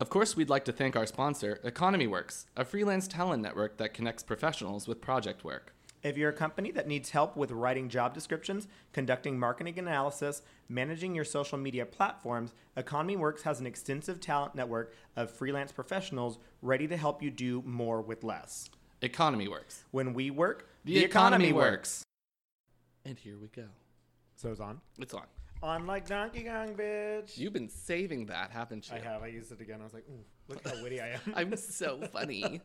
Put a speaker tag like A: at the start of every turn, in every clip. A: Of course, we'd like to thank our sponsor, Economy Works, a freelance talent network that connects professionals with project work.
B: If you're a company that needs help with writing job descriptions, conducting marketing analysis, managing your social media platforms, Economy Works has an extensive talent network of freelance professionals ready to help you do more with less.
A: Economy Works.
B: When we work,
A: And here we go.
B: So it's on.
A: It's on.
B: On like Donkey Kong, bitch.
A: You've been saving that, haven't you?
B: I have. I used it again. I was like, ooh, look how witty I am.
A: I'm so funny.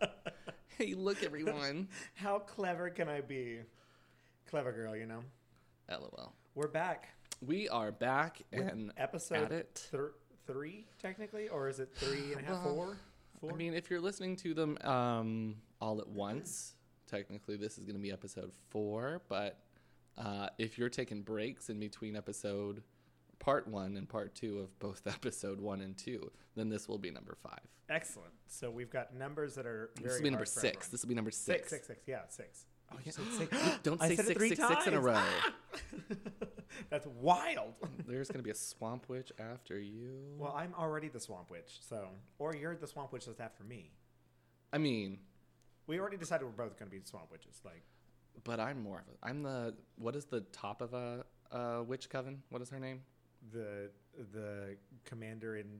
A: hey, look, everyone.
B: How clever can I be? Clever girl, you know.
A: LOL.
B: We're back.
A: We are back and
B: Episode
A: at it.
B: thir- three, technically, or is it three and a half,
A: Well,
B: four? Four.
A: I mean, if you're listening to them um, all at once, technically this is going to be episode four. But uh, if you're taking breaks in between episode part one and part two of both episode one and two, then this will be number five.
B: Excellent. So we've got numbers that are very
A: this will be number
B: hard for
A: six.
B: everyone.
A: This will be number six.
B: Six, six, six. Yeah, six.
A: Oh, yeah. Don't
B: I
A: say
B: said it
A: six,
B: three
A: six, six in a
B: times.
A: row.
B: That's wild.
A: There's going to be a swamp witch after you.
B: well, I'm already the Swamp Witch, so or you're the Swamp Witch that's after me.
A: I mean,
B: We already decided we're both going to be Swamp Witches. Like,
A: but I'm more of a. I'm the. What is the top of a, a witch coven? What is her name?
B: the the commander in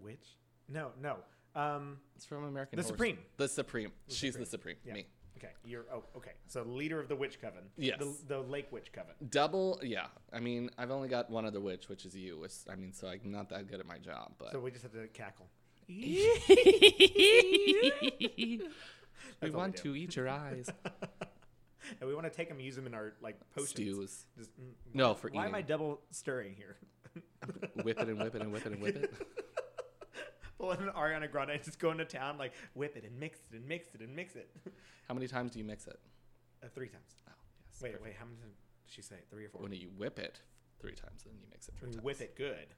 B: which? No, no. Um,
A: It's from American
B: The
A: Horror
B: Supreme.
A: Story. The Supreme. She's the Supreme.
B: yeah.
A: Me.
B: Okay, you're oh okay. So leader of the Witch Coven.
A: Yes.
B: The, the Lake Witch Coven.
A: Double, yeah. I mean, I've only got one other witch, which is you. Which I mean, so I'm not that good at my job, but
B: So we just have to cackle.
A: we
B: all we
A: want
B: do.
A: to eat your eyes.
B: and we want to take them, use them in our like potions.
A: Stews.
B: Just, mm,
A: No, for
B: why am I
A: eating.
B: double stirring here?
A: Whip it and whip it and whip it and whip it.
B: Pulling an Ariana Grande, just going to town, like whip it and mix it and mix it and mix it.
A: How many times do you mix it?
B: Uh, three times.
A: Oh, yes.
B: Wait,
A: perfect.
B: wait, how many did she say? Three or four?
A: When you whip it three times, then you mix it three times.
B: Whip it good.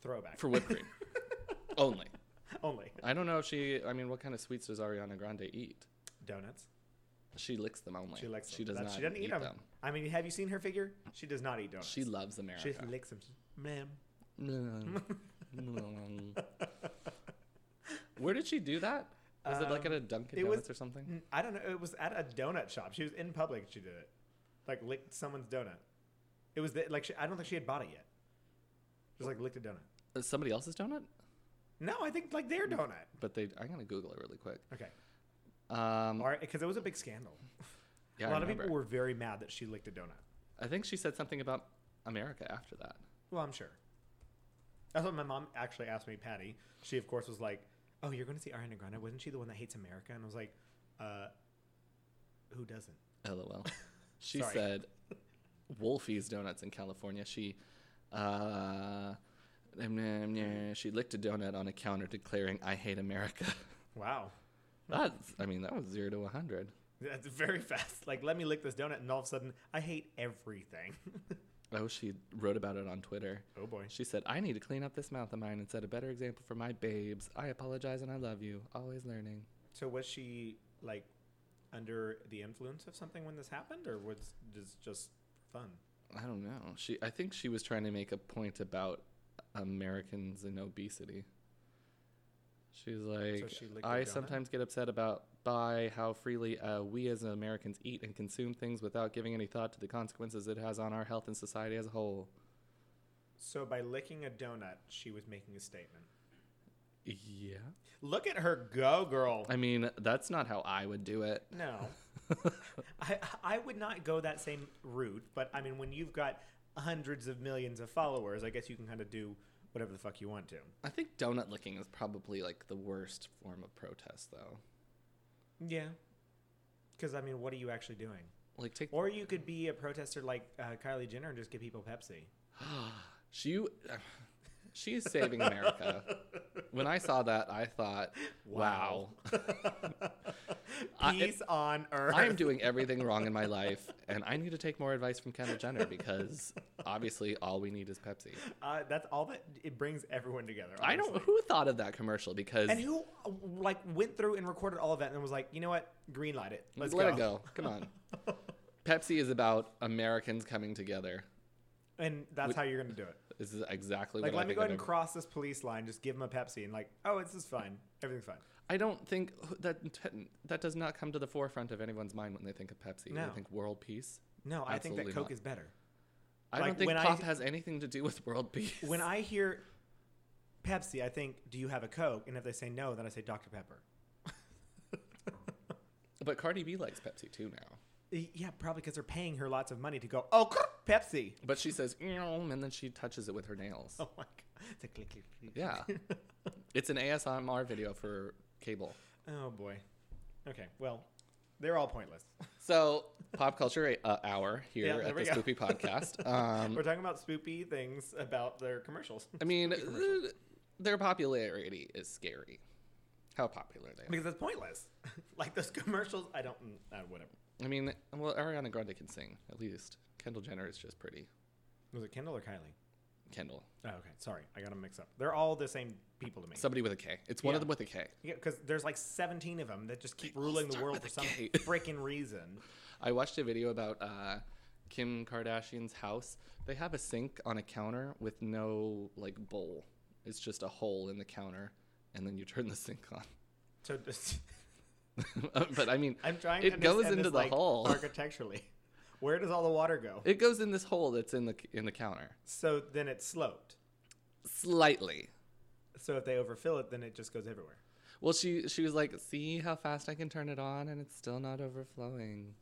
B: Throwback.
A: For whipped cream. Only.
B: Only.
A: I don't know if she, I mean, what kind of sweets does Ariana Grande eat?
B: Donuts.
A: She licks them only.
B: She likes them.
A: She does
B: That-
A: not
B: she doesn't
A: eat
B: eat
A: them.
B: them. I mean, have you seen her figure? She does not eat donuts.
A: She loves
B: she
A: America.
B: just licks them. Ma'am.
A: Where did she do that? Was it like at a Dunkin'
B: Um, it was-
A: Donuts or something?
B: N- I don't know. It was at a donut shop. She was in public. She did it, like licked someone's donut. It was the, like she, I don't think she had bought it yet. Just like licked a donut.
A: Uh, Somebody else's donut?
B: No, I think like their donut.
A: But they, I'm gonna Google it really quick.
B: Okay,
A: Um,
B: all right, because it was a big scandal.
A: yeah,
B: a
A: I
B: lot of
A: remember.
B: people were very mad that she licked a donut.
A: I think she said something about America after that.
B: Well, I'm sure. That's what my mom actually asked me, Patty. She of course was like, "Oh, you're going to see Ariana Grande? Wasn't she the one that hates America?" And I was like, "Uh, who doesn't?"
A: LOL. She
B: Sorry.
A: said, "Wolfie's Donuts in California." She, uh, she licked a donut on a counter, declaring, "I hate America."
B: Wow,
A: That's, I mean, that was zero to hundred.
B: that's very fast. Like, let me lick this donut, and all of a sudden, I hate everything.
A: Oh, she wrote about it on Twitter.
B: oh boy.
A: She said, I need to clean up this mouth of mine and set a better example for my babes. I apologize and I love you. Always learning.
B: So was she like under the influence of something when this happened, or was this just fun?
A: I don't know. She I think she was trying to make a point about Americans and obesity. She's like
B: she licked a
A: I
B: donut?
A: sometimes get upset about by how freely uh, we as Americans eat and consume things without giving any thought to the consequences it has on our health and society as a whole.
B: So by licking a donut, she was making a statement.
A: Yeah.
B: Look at her go, girl.
A: I mean, that's not how I would do it.
B: No, I I would not go that same route. But I mean, when you've got hundreds of millions of followers, I guess you can kind of do whatever the fuck you want to.
A: I think donut licking is probably like the worst form of protest though.
B: Yeah. Because I mean, what are you actually doing?
A: Like take
B: Or you could be a protester like uh, Kylie Jenner and just give people Pepsi.
A: She uh, she is saving America. when I saw that, I thought, wow. I-
B: Peace on earth.
A: I am doing everything wrong in my life, and I need to take more advice from Kendall Jenner because obviously all we need is Pepsi.
B: Uh, that's all that it brings everyone together.
A: I don't.
B: honestly.
A: Who thought of that commercial? Because
B: And who uh, like went through and recorded all of that and was like, you know what, green light it. Let's
A: let it go. Come on. Pepsi is about Americans coming together.
B: And that's how you're gonna do it.
A: This is exactly
B: Like,
A: what I
B: let me
A: think
B: go ahead
A: I've
B: and
A: ever-
B: cross this police line. Just give him a Pepsi and like, oh, it's just fine. Everything's fine.
A: I don't think that that does not come to the forefront of anyone's mind when they think of Pepsi.
B: No.
A: They think world peace.
B: No, I think that
A: Absolutely
B: Coke
A: not.
B: is better.
A: I
B: Like,
A: don't think
B: when I-
A: pop has anything to do with world peace.
B: When I hear Pepsi, I think, do you have a Coke? And if they say no, then I say Dr Pepper.
A: but Cardi B likes Pepsi too now.
B: Y- Yeah, probably because they're paying her lots of money to go. Oh, Pepsi.
A: But she says, "Meow," and then she touches it with her nails.
B: Oh my god, it's a click, click, click.
A: Yeah. it's an ASMR video for cable.
B: Oh boy. Okay. Well, they're all pointless.
A: So, pop culture uh, hour here
B: Yeah, there
A: at
B: we
A: the
B: go.
A: Spoopy podcast. Um,
B: We're talking about spoopy things about their commercials
A: I mean, th- their popularity is scary. How popular they
B: because it's pointless. like those commercials, I don't. mm, Uh, whatever.
A: are. I mean, well, Ariana Grande can sing, at least. Kendall Jenner is just pretty.
B: Was it Kendall or Kylie?
A: Kendall.
B: Oh, okay. Sorry, I got them mixed up. They're all the same people to me.
A: Somebody with a K. It's one
B: Yeah.
A: of them with a K.
B: Yeah, because there's like 17 of them that just keep
A: They all
B: ruling the
A: start
B: world
A: with
B: for
A: a
B: some
A: K.
B: freaking reason.
A: I watched a video about uh, Kim Kardashian's house. They have a sink on a counter with no like bowl. It's just a hole in the counter, and then you turn the sink on.
B: So just,
A: but I mean,
B: I'm trying. to
A: It goes
B: understand
A: into
B: this,
A: the
B: like,
A: hole.
B: architecturally. Where does all the water go?
A: it goes in this hole that's in the in the counter
B: So then it's sloped.
A: slightly.
B: So if they overfill it, then it just goes everywhere.
A: Well, she she was like, "See how fast I can turn it on, and it's still not overflowing."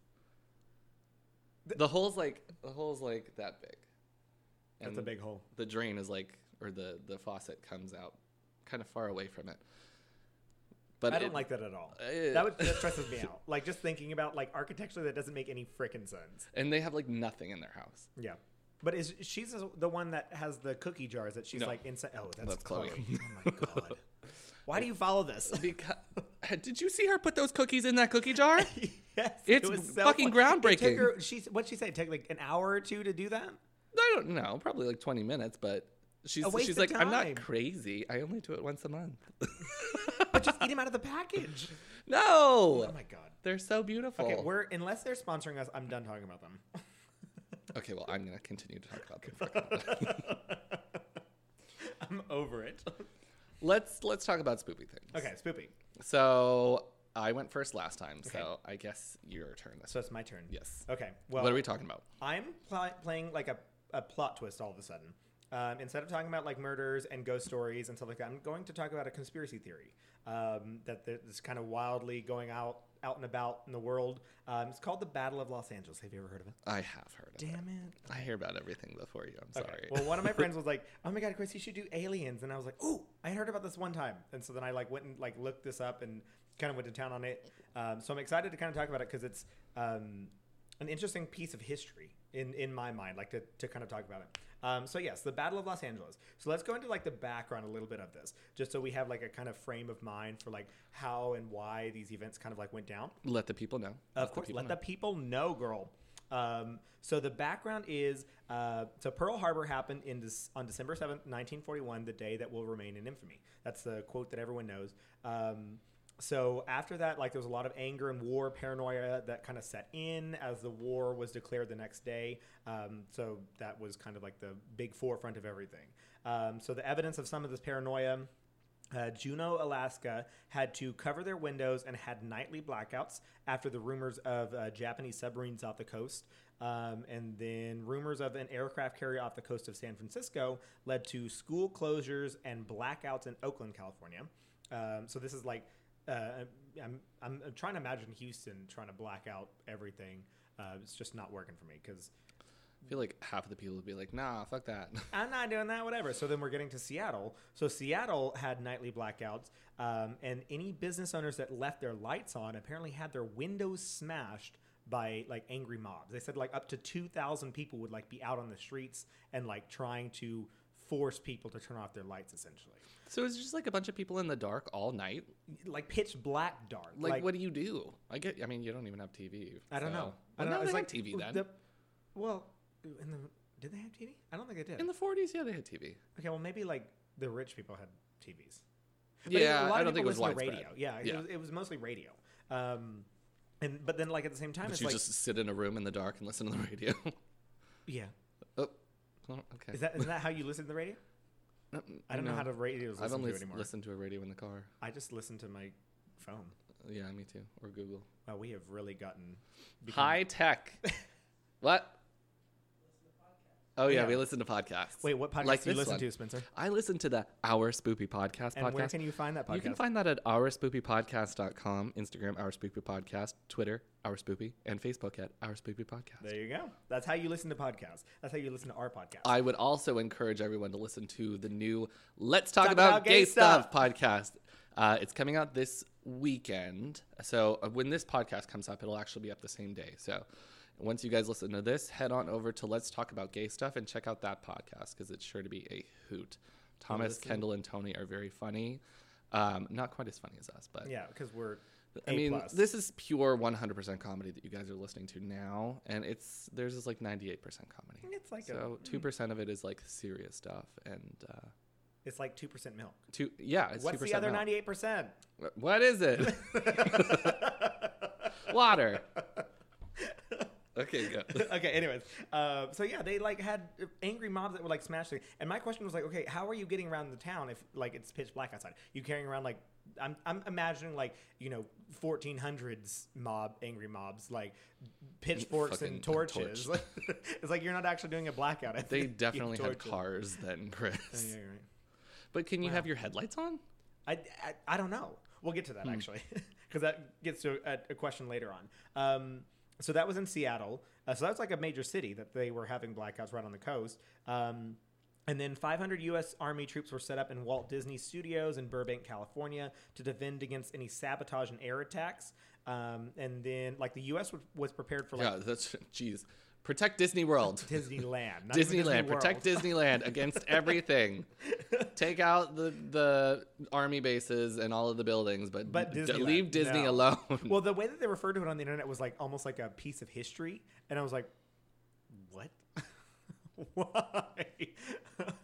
A: The hole's like the hole's like that big.
B: That's
A: And
B: a big hole.
A: The drain is like, or the the faucet comes out, kind of far away from it. But
B: I don't
A: it-
B: like that at all.
A: Eh.
B: that would that stresses me out. Like just thinking about like architecture that doesn't make any freaking sense.
A: and they have like nothing in their house.
B: Yeah. But is she's the one that has the cookie jars that she's
A: No.
B: like inside? Oh, that's,
A: That's
B: Chloe.
A: Chloe.
B: Oh my god! Why do you follow this?
A: Because did you see her put those cookies in that cookie jar?
B: yes,
A: It's fucking groundbreaking.
B: It took her, she what she say? It took like an hour or two to do that.
A: I don't know, probably like 20 minutes, but she's
B: A waste
A: she's
B: of
A: like, I'm
B: time."
A: not crazy. I only do it once a month.
B: But just eat them out of the package.
A: no,
B: Oh my god.
A: they're so beautiful.
B: Okay, we're unless they're sponsoring us, I'm done talking about them.
A: Okay, well, I'm gonna continue to talk about them. Fuck it.
B: I'm over it.
A: let's let's talk about spoopy things.
B: Okay, spoopy.
A: So I went first last time, so I guess your turn. This
B: So uh, it's my turn.
A: Yes.
B: Okay. Well,
A: what are we talking about?
B: I'm pl- playing like a, a plot twist all of a sudden. Um, instead of talking about like murders and ghost stories and stuff like that, I'm going to talk about a conspiracy theory um, that th- that's kind of wildly going out out and about in the world. Um, it's called the Battle of Los Angeles. Have you ever heard of it?
A: I have heard of it.
B: Damn it!
A: I hear about everything before you. I'm
B: Okay.
A: sorry.
B: Well, one of my friends was like, "Oh my god, Chris, you should do aliens," and I was like, "Oh, I heard about this one time," and so then I like went and like looked this up and kind of went to town on it. Um, so I'm excited to kind of talk about it because it's um, an interesting piece of history in in my mind, like to to kind of talk about it. Um, so yes, the Battle of Los Angeles. So let's go into like the background a little bit of this, just so we have like a kind of frame of mind for like how and why these events kind of like went down.
A: let the people know.
B: Of course, let the people know, girl. Um, so the background is uh, so Pearl Harbor happened in this, on December seventh, nineteen forty-one, the day that will remain in infamy. That's the quote that everyone knows. Um, so after that, like there was a lot of anger and war paranoia that kind of set in as the war was declared the next day. Um, so that was kind of like the big forefront of everything. Um, so the evidence of some of this paranoia uh, Juneau, Alaska had to cover their windows and had nightly blackouts after the rumors of uh, Japanese submarines off the coast. Um, and then rumors of an aircraft carrier off the coast of San Francisco led to school closures and blackouts in Oakland, California. Um, so this is like, uh, I'm, I'm, I'm trying to imagine Houston trying to black out everything. Uh, it's just not working for me because
A: I feel like half of the people would be like, Nah, fuck that.
B: I'm not doing that, whatever. So then we're getting to Seattle. So Seattle had nightly blackouts, um, and any business owners that left their lights on apparently had their windows smashed by like angry mobs. They said like up to 2,000 people would like be out on the streets and like trying to force people to turn off their lights essentially.
A: so it's just like a bunch of people in the dark all night.
B: Like pitch black dark.
A: Like, what do you do? I get. I mean, you don't even have TV.
B: I don't
A: so-
B: know. I
A: Well,
B: don't
A: no,
B: know.
A: they
B: It's
A: like TV then.
B: the- well, in the, did they have TV? I don't think they did.
A: In the 40s, yeah, they had TV.
B: Okay, well, maybe like the rich people had TVs.
A: Yeah,
B: a
A: I
B: lot
A: don't
B: of
A: think it
B: people
A: was
B: listened to
A: widespread.
B: radio. Yeah, It,
A: Yeah.
B: was, it was mostly radio. Um, and but then like at the same time,
A: But
B: it's
A: you
B: like
A: just sit in a room in the dark and listen to the radio.
B: yeah,
A: oh, Well, okay.
B: Is that isn't that how you listen to the radio?
A: Mm,
B: I don't know
A: no.
B: how to radios
A: I've
B: listen
A: only
B: to
A: s-
B: anymore.
A: listened to a radio in the car.
B: I just listen to my phone.
A: Yeah, me too. Or Google.
B: Wow, we have really gotten become-
A: High tech. what? Oh yeah,
B: Yeah.
A: we listen to podcasts.
B: Wait, what podcast
A: Like
B: do you
A: this
B: listen
A: one.
B: to, Spencer?
A: I listen to the Our Spoopy Podcast
B: And
A: podcast.
B: where can you find that podcast?
A: You can find that at ourspoopypodcast.com, Instagram, Our Spoopy Podcast, Twitter, Our Spoopy, and Facebook at Our Spoopy Podcast.
B: there you go. That's how you listen to podcasts. That's how you listen to our podcast.
A: I would also encourage everyone to listen to the new Let's Talk, about, Gay, Stuff, podcast. Uh, it's coming out this weekend. So uh, when this podcast comes up, it'll actually be up the same day. So once you guys listen to this, head on over to Let's Talk About Gay Stuff and check out that podcast because it's sure to be a hoot. Thomas, Kendall, and Tony are very funny. Um, not quite as funny as us, but
B: yeah, because we're
A: I
B: A
A: mean,
B: plus.
A: this is pure 100% comedy that you guys are listening to now, and it's there's is like 98% comedy.
B: It's like a-
A: so two percent of it is like serious stuff, and uh,
B: it's like two percent milk.
A: two yeah, it's
B: What's
A: 2%
B: the other
A: milk.
B: ninety eight percent?
A: What is it? Water. Okay, go.
B: okay, anyways. Uh, so yeah, they like had angry mobs that were like smashing. And my question was like, okay, how are you getting around the town if like it's pitch black outside? You carrying around like I'm I'm imagining like, you know, 1400s mob angry mobs like pitchforks and
A: Fucking
B: torches. it's like you're not actually doing a blackout. if
A: They
B: you
A: definitely had
B: torches.
A: cars then, Chris.
B: Oh, Yeah, you're right.
A: But can you have your headlights on?
B: I, I, I don't know. We'll get to that actually, because that gets to a, a question later on. Um, so that was in Seattle. Uh, so that was like a major city that they were having blackouts right on the coast. Um, and then 500 U.S. Army troops were set up in Walt Disney Studios in Burbank, California, to defend against any sabotage and air attacks. Um, and then, like the U.S. was, was prepared for like
A: yeah, that's jeez. Protect Disney World.
B: Disneyland,
A: Disneyland,
B: not even Disney World.
A: protect Disneyland against everything. Take out the the army bases and all of the buildings, but,
B: But
A: d-
B: Disneyland,
A: leave Disney
B: no.
A: alone.
B: Well, the way that they referred to it on the internet was like almost like a piece of history, and I was like, "What? Why?"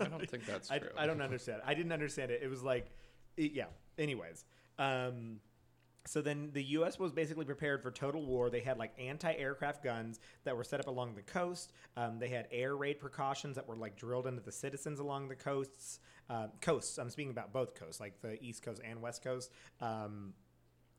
B: I
A: don't think that's
B: I,
A: true.
B: I don't understand. I didn't understand it. It was like, it- yeah. Anyways, um, so then the U.S. was basically prepared for total war. They had like anti-aircraft guns that were set up along the coast. Um, they had air raid precautions that were like drilled into the citizens along the coasts. Uh, coasts. I'm speaking about both coasts, like the East Coast and West Coast. Um,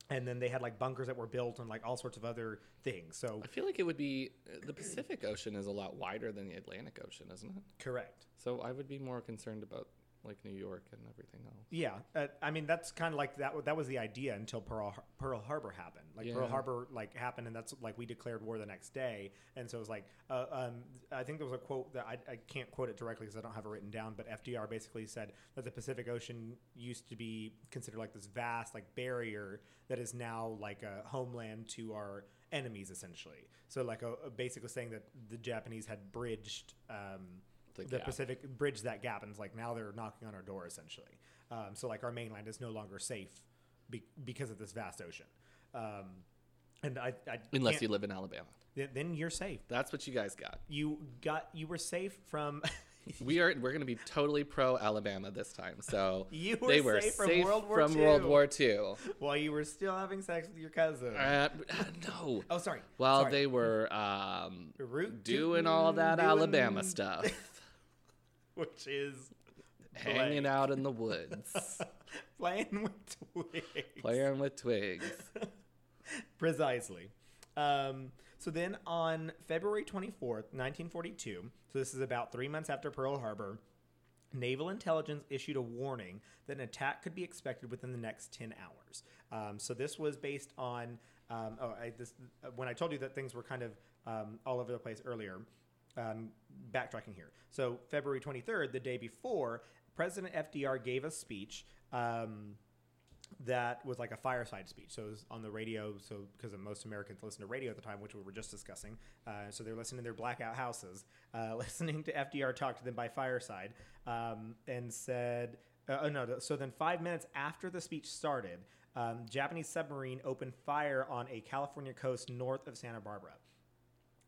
B: and then they had like bunkers that were built and like all sorts of other things. So
A: I feel like it would be uh, the Pacific Ocean is a lot wider than the Atlantic Ocean, isn't it?
B: correct.
A: So I would be more concerned about like New York and everything else.
B: Yeah, uh, I mean that's kind of like that. That was the idea until Pearl Har- Pearl Harbor happened. Like Pearl
A: Yeah.
B: Harbor like happened, and that's like we declared war the next day. And so it was like, uh, um, I think there was a quote that I, I can't quote it directly because I don't have it written down. But FDR basically said that the Pacific Ocean used to be considered like this vast like barrier that is now like a homeland to our enemies essentially. So like a, a- basically saying that the Japanese had bridged. Um,
A: The
B: the
A: gap.
B: Pacific bridge that gap, and it's like now they're knocking on our door essentially. Um, so like our mainland is no longer safe be- because of this vast ocean. Um, and I, I
A: Unless
B: can't-
A: you live in Alabama.
B: th- then you're safe.
A: That's what you guys got.
B: You got you were safe from
A: We are we're gonna be totally pro Alabama this time. So
B: You were
A: they were
B: safe from
A: safe
B: World War
A: from
B: II.
A: World War II.
B: while you were still having sex with your cousin.
A: Uh, no.
B: oh, sorry.
A: While
B: Sorry.
A: they were um,
B: Root
A: doing all that
B: tootin',
A: Alabama
B: doing-
A: stuff,
B: which is
A: hanging
B: Blake.
A: out in the woods,
B: playing with twigs.
A: playing with twigs.
B: Precisely. Um, so then on February 24th, 1942, so this is about three months after Pearl Harbor, naval intelligence issued a warning that an attack could be expected within the next 10 hours. Um, so this was based on, um, oh, I, this, uh, when I told you that things were kind of um, all over the place earlier, um, backtracking here. So February 23rd, the day before, President FDR gave a speech. Um, that was like a fireside speech. So it was on the radio. So because most Americans listened to radio at the time, which we were just discussing, uh, so they're listening to their blackout houses, uh, listening to FDR talk to them by fireside, um, and said, uh, "Oh no!" So then, five minutes after the speech started, um, Japanese submarine opened fire on a California coast north of Santa Barbara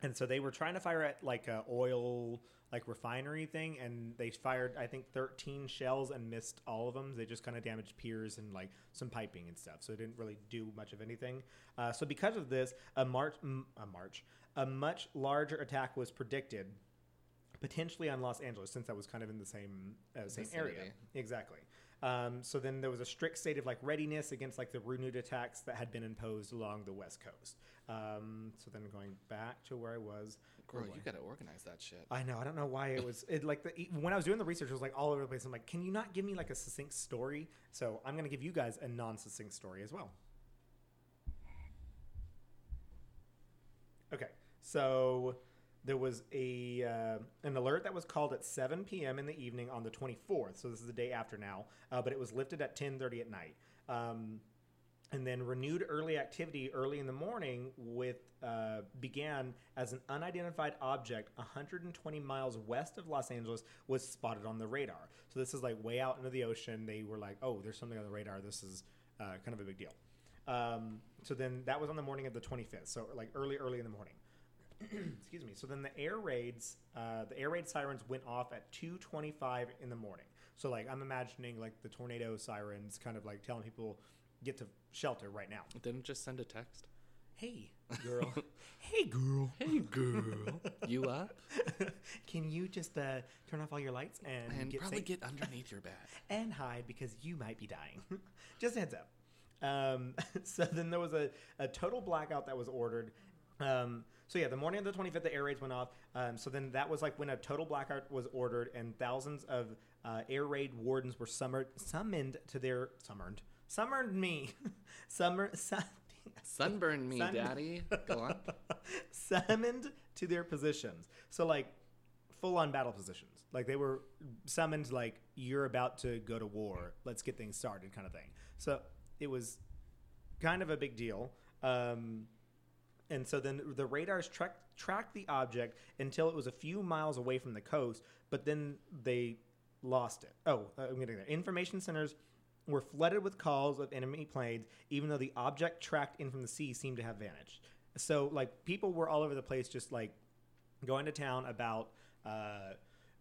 B: and so they were trying to fire at like a oil like refinery thing and they fired i think 13 shells and missed all of them they just kind of damaged piers and like some piping and stuff so it didn't really do much of anything uh, so because of this a march m- a march a much larger attack was predicted potentially on Los Angeles, since that was kind of in the same uh, same area.
A: Vicinity.
B: Exactly. Um, so then there was a strict state of like readiness against like the renewed attacks that had been imposed along the West Coast. Um, so then going back to where I was.
A: Girl,
B: Oh, boy.
A: you got to organize that shit.
B: I know. I don't know why it was. It like the, e, when I was doing the research, it was like all over the place. I'm like, can you not give me like a succinct story? So I'm gonna give you guys a non-succinct story as well. Okay, so there was a uh, an alert that was called at 7 p.m. in the evening on the 24th. So this is the day after now, uh, but it was lifted at 10:30 at night. Um, and then renewed early activity early in the morning with uh, began as an unidentified object 120 miles west of Los Angeles was spotted on the radar. So this is like way out into the ocean. They were like, "Oh, there's something on the radar. This is uh, kind of a big deal." Um, so then that was on the morning of the 25th. So like early, early in the morning excuse me. So then the air raids, uh, the air raid sirens went off at 2:25 in the morning. So like I'm imagining like the tornado sirens, kind of like telling people get to shelter right now.
A: Didn't just send a text.
B: Hey girl, hey girl, hey
A: Girl, you up?
B: Can you just uh, turn off all your lights and,
A: And
B: get
A: probably
B: safe?
A: get underneath your bed.
B: and hide because you might be dying. Just a heads up. Um, so then there was a, a total blackout that was ordered. Um, so yeah, the morning of the 25th, the air raids went off. Um, so then that was like when a total blackout was ordered, and thousands of uh, air raid wardens were summoned summoned to their summoned summoned me summer su-
A: Sunburn me,
B: Sun-
A: daddy. Go on.
B: summoned to their positions. So like full on battle positions. Like they were summoned like you're about to go to war. Let's get things started kind of thing. So it was kind of a big deal. Um and so then the radars track, tracked the object until it was a few miles away from the coast, but then they lost it. Oh, uh, I'm getting there. Information centers were flooded with calls of enemy planes, even though the object tracked in from the sea seemed to have vanished. So, like, people were all over the place, just like going to town about. Uh,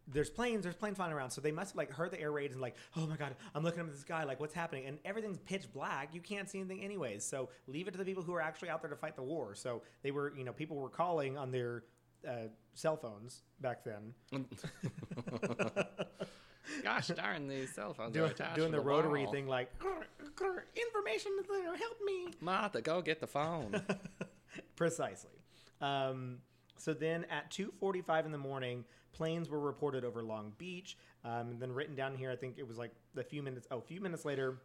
B: there's planes, there's planes flying around. So they must have like heard the air raids and like, oh my god, I'm looking up at the sky, like what's happening? And everything's pitch black. You can't see anything anyways. So leave it to the people who are actually out there to fight the war. So they were, you know, people were calling on their uh, cell phones back then,
A: Gosh darn these cell phones. are
B: doing,
A: attached
B: doing
A: to
B: the rotary
A: wall.
B: thing, like "Grr, grr, information center, help me.
A: Martha, go get the phone.
B: Precisely. Um, so then at 2.45 in the morning, planes were reported over Long Beach. Um, and then written down here, I think it was like a few minutes, oh, a few minutes later,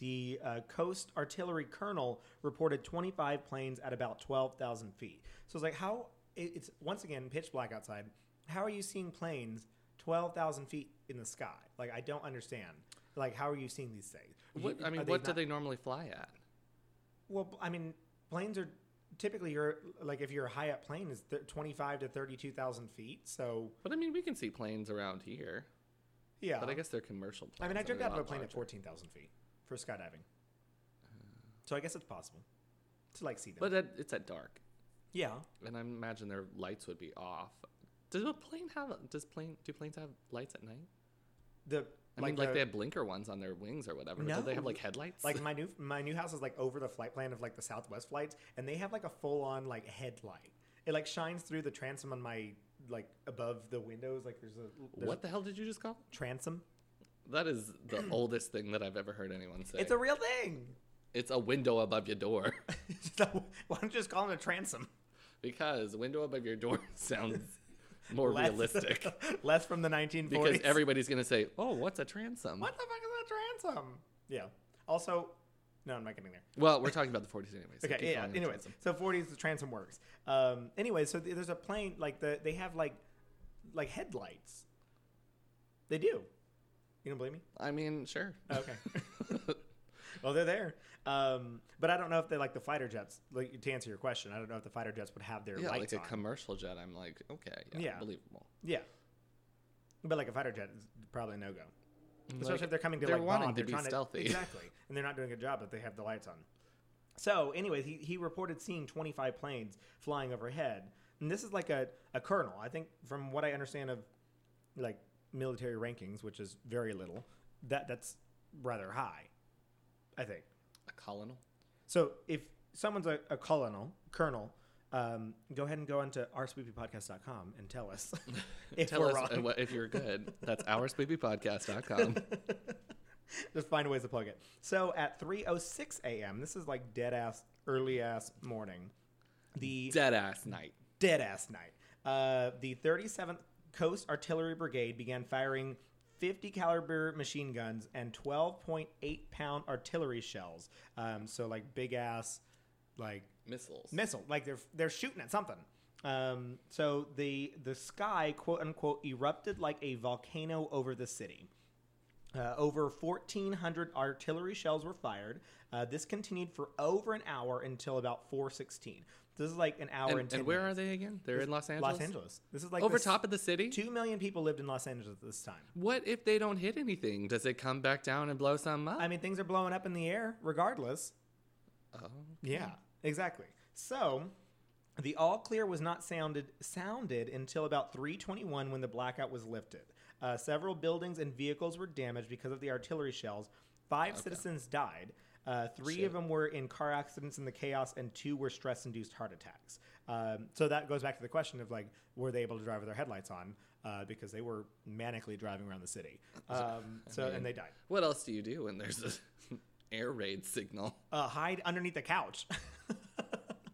B: the uh, Coast Artillery Colonel reported 25 planes at about 12,000 feet. So it's like, how, it- it's once again pitch black outside. How are you seeing planes 12,000 feet in the sky? Like, I don't understand. Like, how are you seeing these things?
A: What,
B: You-
A: I
B: are
A: mean, what do
B: not-
A: they normally fly at?
B: well, I mean, planes are typically you're like if you're a high up plane is th- twenty five to thirty two thousand feet. So
A: But I mean, we can see planes around here.
B: yeah,
A: But I guess they're commercial planes.
B: I mean I jumped
A: they're
B: out of
A: lot
B: a plane at
A: larger. Uh.
B: fourteen thousand feet for skydiving. So I guess it's possible to like see them.
A: But that, it's at dark,
B: yeah,
A: and I imagine their lights would be off. Does a plane have? Does plane? Do planes have lights at night?
B: the
A: I mean, like
B: the-
A: they have blinker ones on their wings or whatever. but do they have
B: No.
A: like headlights?
B: Like my new my new house is like over the flight plan of like the Southwest flights, and they have like a full on like headlight. It like shines through the transom on my like above the windows. Like there's a there's
A: what the hell did you just call?
B: a transom.
A: That is the oldest thing that I've ever heard anyone say.
B: It's a real thing.
A: it's a window above your door
B: so why don't you just call it a transom?
A: because window above your door sounds more
B: Less-
A: realistic.
B: less from the 1940s.
A: Because everybody's gonna say, "Oh, what's a transom?"
B: what the fuck is a transom? Yeah. Also, no, I'm not getting there.
A: Well, we're talking about the 40s anyway. So keep
B: Okay. Yeah.
A: calling it a
B: Anyways,
A: transom.
B: so 40s the transom works. Um. Anyway, so th- there's a plane like the they have like like headlights. They do. You don't believe me?
A: I mean, sure.
B: Okay. well, they're there. Um. But I don't know if they like the fighter jets. Like to answer your question, I don't know if the fighter jets would have their
A: yeah, like
B: lights
A: a
B: on.
A: commercial jet. I'm like, okay, yeah,
B: Yeah.
A: believable.
B: yeah. But like a fighter jet is probably no go. Especially
A: Like,
B: if they're coming to
A: they're
B: like
A: wanting
B: bomb,
A: to
B: they're
A: be
B: trying
A: stealthy.
B: exactly, and they're not doing a good job if they have the lights on. So, anyways, he, he reported seeing 25 planes flying overhead, and this is like a, a colonel. I think from what I understand of like military rankings, which is very little, that that's rather high, I think.
A: a colonel.
B: So if someone's a, a colonel, colonel, um, go ahead and go onto ourspoopypodcast.com and tell us if
A: Tell
B: we're
A: us uh,
B: wrong.
A: what- if you're good. That's oursleepypodcast.com.
B: Just find ways to plug it. So at 3:06 a.m., this is like dead ass early ass morning. The
A: Dead ass night.
B: dead ass night. Uh, the 37th Coast Artillery Brigade began firing 50 caliber machine guns and 12.8 pound artillery shells. Um, so like big ass, like
A: Missiles.
B: missile. Like they're they're shooting at something. Um, so the the sky quote unquote erupted like a volcano over the city. Uh, over 1,400 artillery shells were fired. Uh, this continued for over an hour until about 4:16. This is like an hour and,
A: and,
B: 10
A: and where
B: minutes.
A: are they again? They're in Los Angeles.
B: Los Angeles. This is like
A: Over
B: the
A: top of the city?
B: Two million people lived in Los Angeles at this time.
A: What if they don't hit anything? Does it come back down and blow some up?
B: I mean, things are blowing up in the air, regardless.
A: oh.
B: Yeah, exactly. So the all clear was not sounded sounded until about 321 when the blackout was lifted. Uh, several buildings and vehicles were damaged because of the artillery shells. Five citizens died. Uh, three of
A: Shit.
B: them were in car accidents in the chaos, and two were stress induced heart attacks. Um, so that goes back to the question of like, were they able to drive with their headlights on? Uh, because they were manically driving around the city. Um, so, and they died.
A: What else do you do when there's an air raid signal?
B: Uh, hide underneath the couch.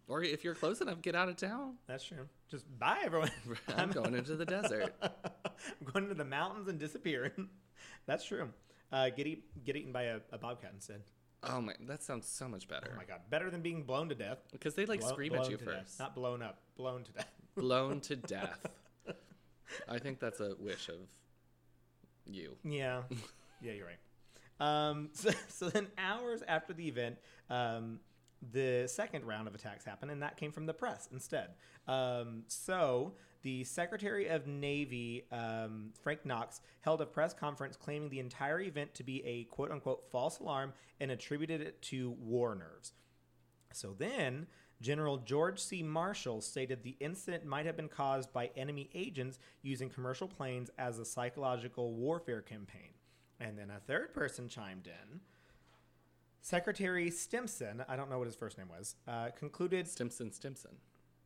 A: Or if you're close enough, get out of town.
B: That's true. Just bye, everyone.
A: I'm going into the desert.
B: I'm going to the mountains and disappearing. That's true. Uh, get, eat, get eaten by a, a bobcat instead.
A: Oh my, that sounds so much better.
B: Oh my god, better than being blown to death.
A: Because they like
B: Blow-
A: scream at
B: blown
A: you
B: to death.
A: first.
B: Not blown up, blown to death.
A: Blown to death. I think that's a wish of you.
B: Yeah, yeah, you're right. Um, so, so then, hours after the event, um, the second round of attacks happened, and that came from the press instead. Um, so the Secretary of Navy, um, Frank Knox, held a press conference claiming the entire event to be a quote unquote false alarm and attributed it to war nerves. So then, General George C. Marshall stated the incident might have been caused by enemy agents using commercial planes as a psychological warfare campaign. And then a third person chimed in. Secretary Stimson, I don't know what his first name was, uh, concluded.
A: Stimson, Stimson.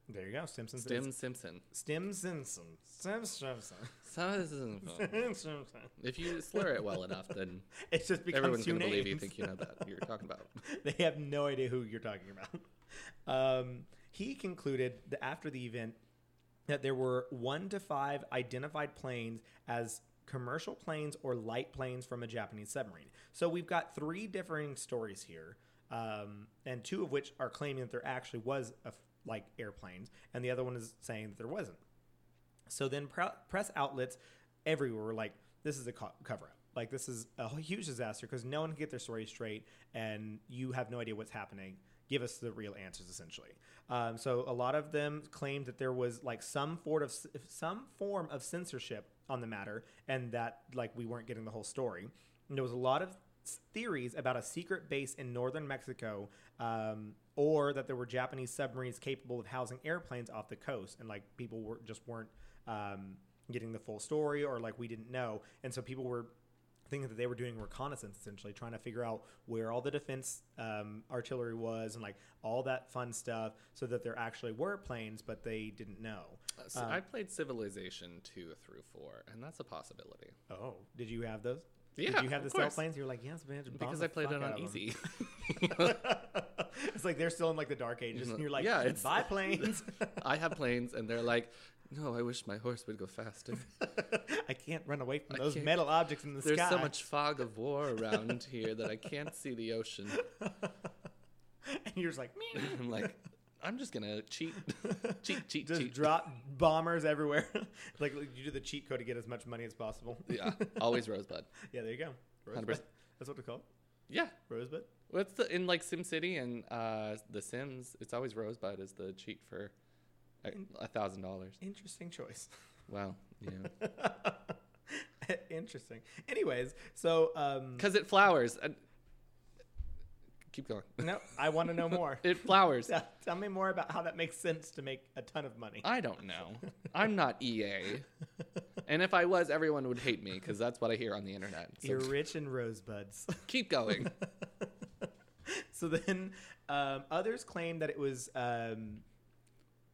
B: There you go, Stimson.
A: Stim Simpson.
B: Stim Simpson. Stim Simpson.
A: Simpson.
B: Stim Simpson.
A: If you slur it well enough, then
B: It just becomes
A: everyone's
B: two
A: going to believe you
B: names.
A: think you know that you're talking about.
B: they have no idea who you're talking about. Um, he concluded that after the event that there were one to five identified planes as commercial planes or light planes from a Japanese submarine. So we've got three differing stories here, um, and two of which are claiming that there actually was a, f- like airplanes, and the other one is saying that there wasn't. So then pre- press outlets everywhere were like, this is a co- cover up. Like, this is a huge disaster because no one can get their story straight and you have no idea what's happening. Give us the real answers, essentially. Um, so a lot of them claimed that there was like some form of some form of censorship on the matter, and that like we weren't getting the whole story. And there was a lot of s- theories about a secret base in northern Mexico, um, or that there were Japanese submarines capable of housing airplanes off the coast, and like people were just weren't um, getting the full story, or like we didn't know, and so people were thinking that they were doing reconnaissance, essentially trying to figure out where all the defense um, artillery was, and like all that fun stuff, so that there actually were planes, but they didn't know.
A: So Uh,
B: Um,
A: I played Civilization 2 through 4, and that's a possibility.
B: Oh, did you have those?
A: Yeah,
B: did you have
A: of
B: the cell
A: course.
B: planes? You were like, yes, man. just bomb
A: Because
B: the
A: I played
B: fuck
A: it
B: out
A: on
B: of 'em.
A: easy.
B: it's like they're still in like the dark ages, and you're like,
A: Yeah,
B: yeah,
A: it's-
B: it's buy planes.
A: I have planes, and they're like, no, I wish my horse would go faster.
B: I can't run away from
A: I
B: those
A: can't-
B: metal objects in the
A: There's
B: sky.
A: so much fog of war around here that I can't see the ocean.
B: and you're just like, "Meow."
A: I'm like, I'm just gonna cheat, cheat, cheat,
B: just
A: cheat.
B: drop bombers everywhere. like you do the cheat code to get as much money as possible.
A: yeah, always rosebud.
B: Yeah, there you go.
A: 100%.
B: Rosebud. That's what they're called.
A: Yeah,
B: Rosebud.
A: what's the in like Sim City and uh, The Sims? It's always rosebud is the cheat for a-
B: Mm.
A: a thousand dollars.
B: Interesting choice.
A: Wow, yeah,
B: Interesting. Anyways, so um,
A: because it flowers. And... Keep going.
B: no, I want to know more.
A: It flowers.
B: Tell- Tell me more about how that makes sense to make a ton of money.
A: I don't know. I'm not EA, and if I was, everyone would hate me because that's what I hear on the internet. So
B: You're rich in rosebuds.
A: keep going.
B: so then um, others claim that it was um,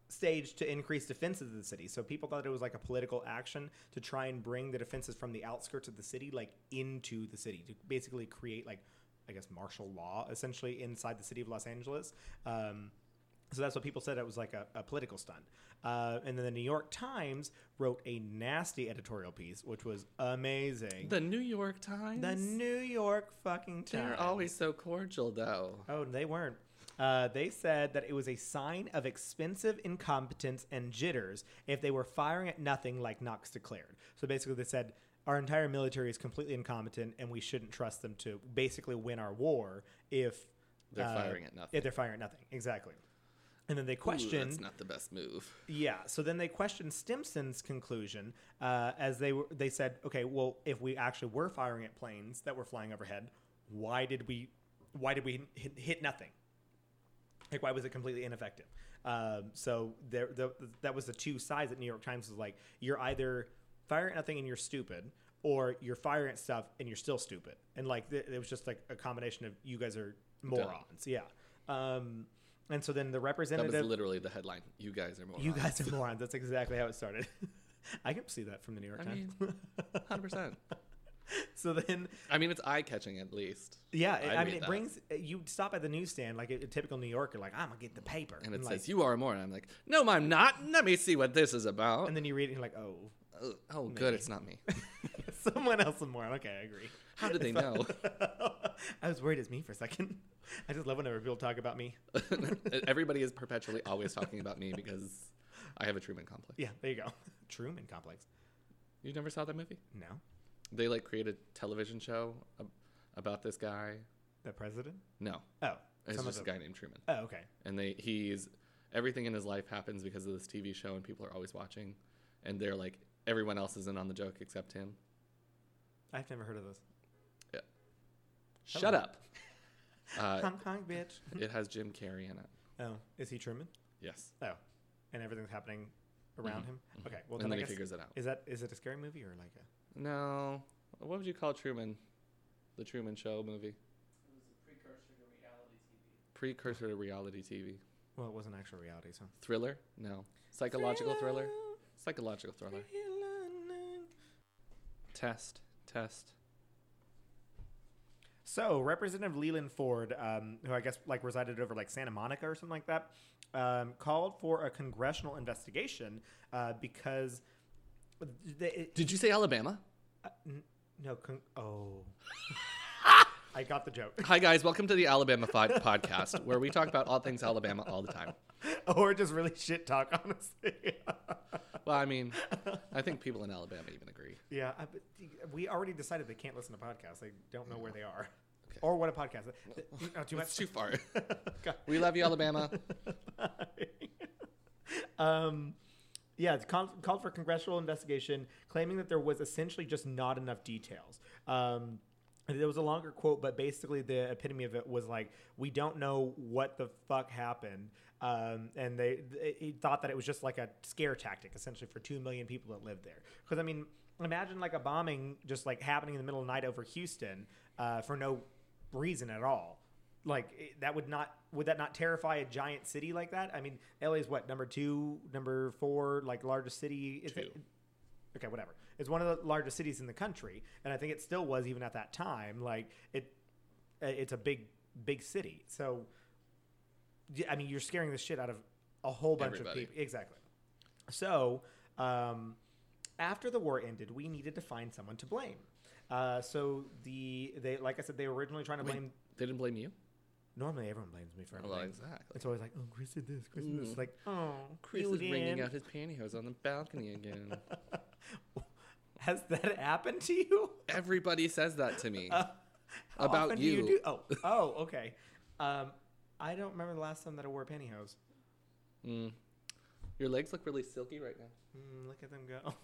B: staged to increase defenses of the city. So people thought it was like a political action to try and bring the defenses from the outskirts of the city like into the city to basically create like I guess martial law essentially inside the city of Los Angeles. Um, so that's what people said it was like a, a political stunt. Uh, and then the New York Times wrote a nasty editorial piece, which was amazing.
A: The New York Times.
B: The New York fucking Times.
A: They're always so cordial, though.
B: Oh, they weren't. Uh, they said that it was a sign of expensive incompetence and jitters if they were firing at nothing like Knox declared. So basically, they said our entire military is completely incompetent and we shouldn't trust them to basically win our war if
A: They're
B: uh,
A: firing at nothing.
B: If they're firing at nothing, exactly. And then they
A: Ooh,
B: questioned
A: that's not the best move.
B: yeah. So then they questioned Stimson's conclusion uh, as they were. They said, okay, well, if we actually were firing at planes that were flying overhead, why did we? Why did we hit, hit nothing? Like, why was it completely ineffective? Um, so there, the, that was the two sides that New York Times was like, you're either firing at nothing and you're stupid, or you're firing at stuff and you're still stupid. And like, th- it was just like a combination of you guys are morons. Yeah. Um, and so then the
A: That
B: representative
A: was literally the headline. You guys are more.
B: you guys are morons. That's exactly how it started. I can see that from the New York
A: I
B: Times.
A: mean, hundred percent.
B: so then,
A: I mean, it's eye catching at least.
B: yeah,
A: I'd
B: I, mean,
A: read
B: it
A: that.
B: brings you stop at the newsstand like a, a typical New Yorker, like I'm gonna get the paper,
A: Mm. And it
B: like,
A: says you are a moron. I'm like, no, I'm not. Let me see what this is about.
B: and then you read it, and you're like, oh,
A: Ugh, oh, good, it's not me.
B: someone else is moron. Okay, I agree.
A: How did they know?
B: I was worried it's me for a second. I just love whenever people talk about me.
A: Everybody is perpetually always talking about me because I have a Truman complex.
B: Yeah, there you go. Truman Complex.
A: You never saw that movie?
B: No,
A: They like created a television show ab- about this guy.
B: the president.
A: No,
B: Oh,
A: it's
B: some of
A: just a
B: the-
A: guy named Truman.
B: Oh, okay.
A: and they he's everything in his life happens because of this TV show and people are always watching and they're like everyone else isn't on the joke except him.
B: I've never heard of this.
A: Shut up. Uh,
B: Hong Kong bitch.
A: it has Jim Carrey in it.
B: Oh, is he Truman?
A: Yes.
B: Oh, and everything's happening around him. Okay,
A: Mm-hmm. and
B: well then
A: then
B: I
A: he
B: guess
A: figures it out.
B: is that is it a scary movie or like a
A: No. What would you call Truman? The Truman Show movie. Precursor to reality TV.
B: well, it wasn't actual reality, so
A: Thriller? No. Psychological thriller? Psychological thriller. Test. Test.
B: So Representative Leland Ford, um, who I guess like resided over like Santa Monica or something like that, um, called for a congressional investigation uh, because they,
A: Did you say Alabama?
B: uh, n- no con- oh I got the joke.
A: Hi guys, welcome to the Alabama Pod- podcast, where we talk about all things Alabama all the time.
B: or just really shit talk, honestly.
A: Well, I mean, I think people in Alabama even agree.
B: Yeah, I, but we already decided they can't listen to podcasts. They don't know where they are
A: Okay.
B: or what a podcast. is. No, too much.
A: That's too far.
B: God.
A: We love you, Alabama.
B: um, yeah, it's con- called for congressional investigation, claiming that there was essentially just not enough details. Um, and there was a longer quote, but basically the epitome of it was like, we don't know what the fuck happened. Um, and they, they he thought that it was just like a scare tactic, essentially, for 2 million people that lived there. Because, I mean, imagine like a bombing just like happening in the middle of the night over Houston uh, for no reason at all like it- that would not would that not terrify a giant city like that? I mean, LA is what number two, number four, like largest city. Is it-
A: Two.
B: okay, whatever. It's one of the largest cities in the country, and I think it still was even at that time. Like it, uh, it's a big big city. So, yeah, I mean, you're scaring the shit out of a whole bunch
A: Everybody.
B: of people. Exactly. So, um, after the war ended, we needed to find someone to blame. Uh, so the they like I said, they were originally trying to
A: Wait,
B: blame
A: they didn't blame you?
B: Normally, everyone blames me for everything.
A: Well, exactly.
B: It's always like, oh, Chris did this, Chris did this. Like, oh,
A: Mm. Chris
B: you
A: is wringing
B: again."
A: out his pantyhose on the balcony again.
B: Has that happened to you?
A: Everybody says that to me.
B: How
A: About
B: often do you?
A: you.
B: do? Oh, oh, okay. Um, I don't remember the last time that I wore pantyhose.
A: Mm. Your legs look really silky right now.
B: Mm, look at them go.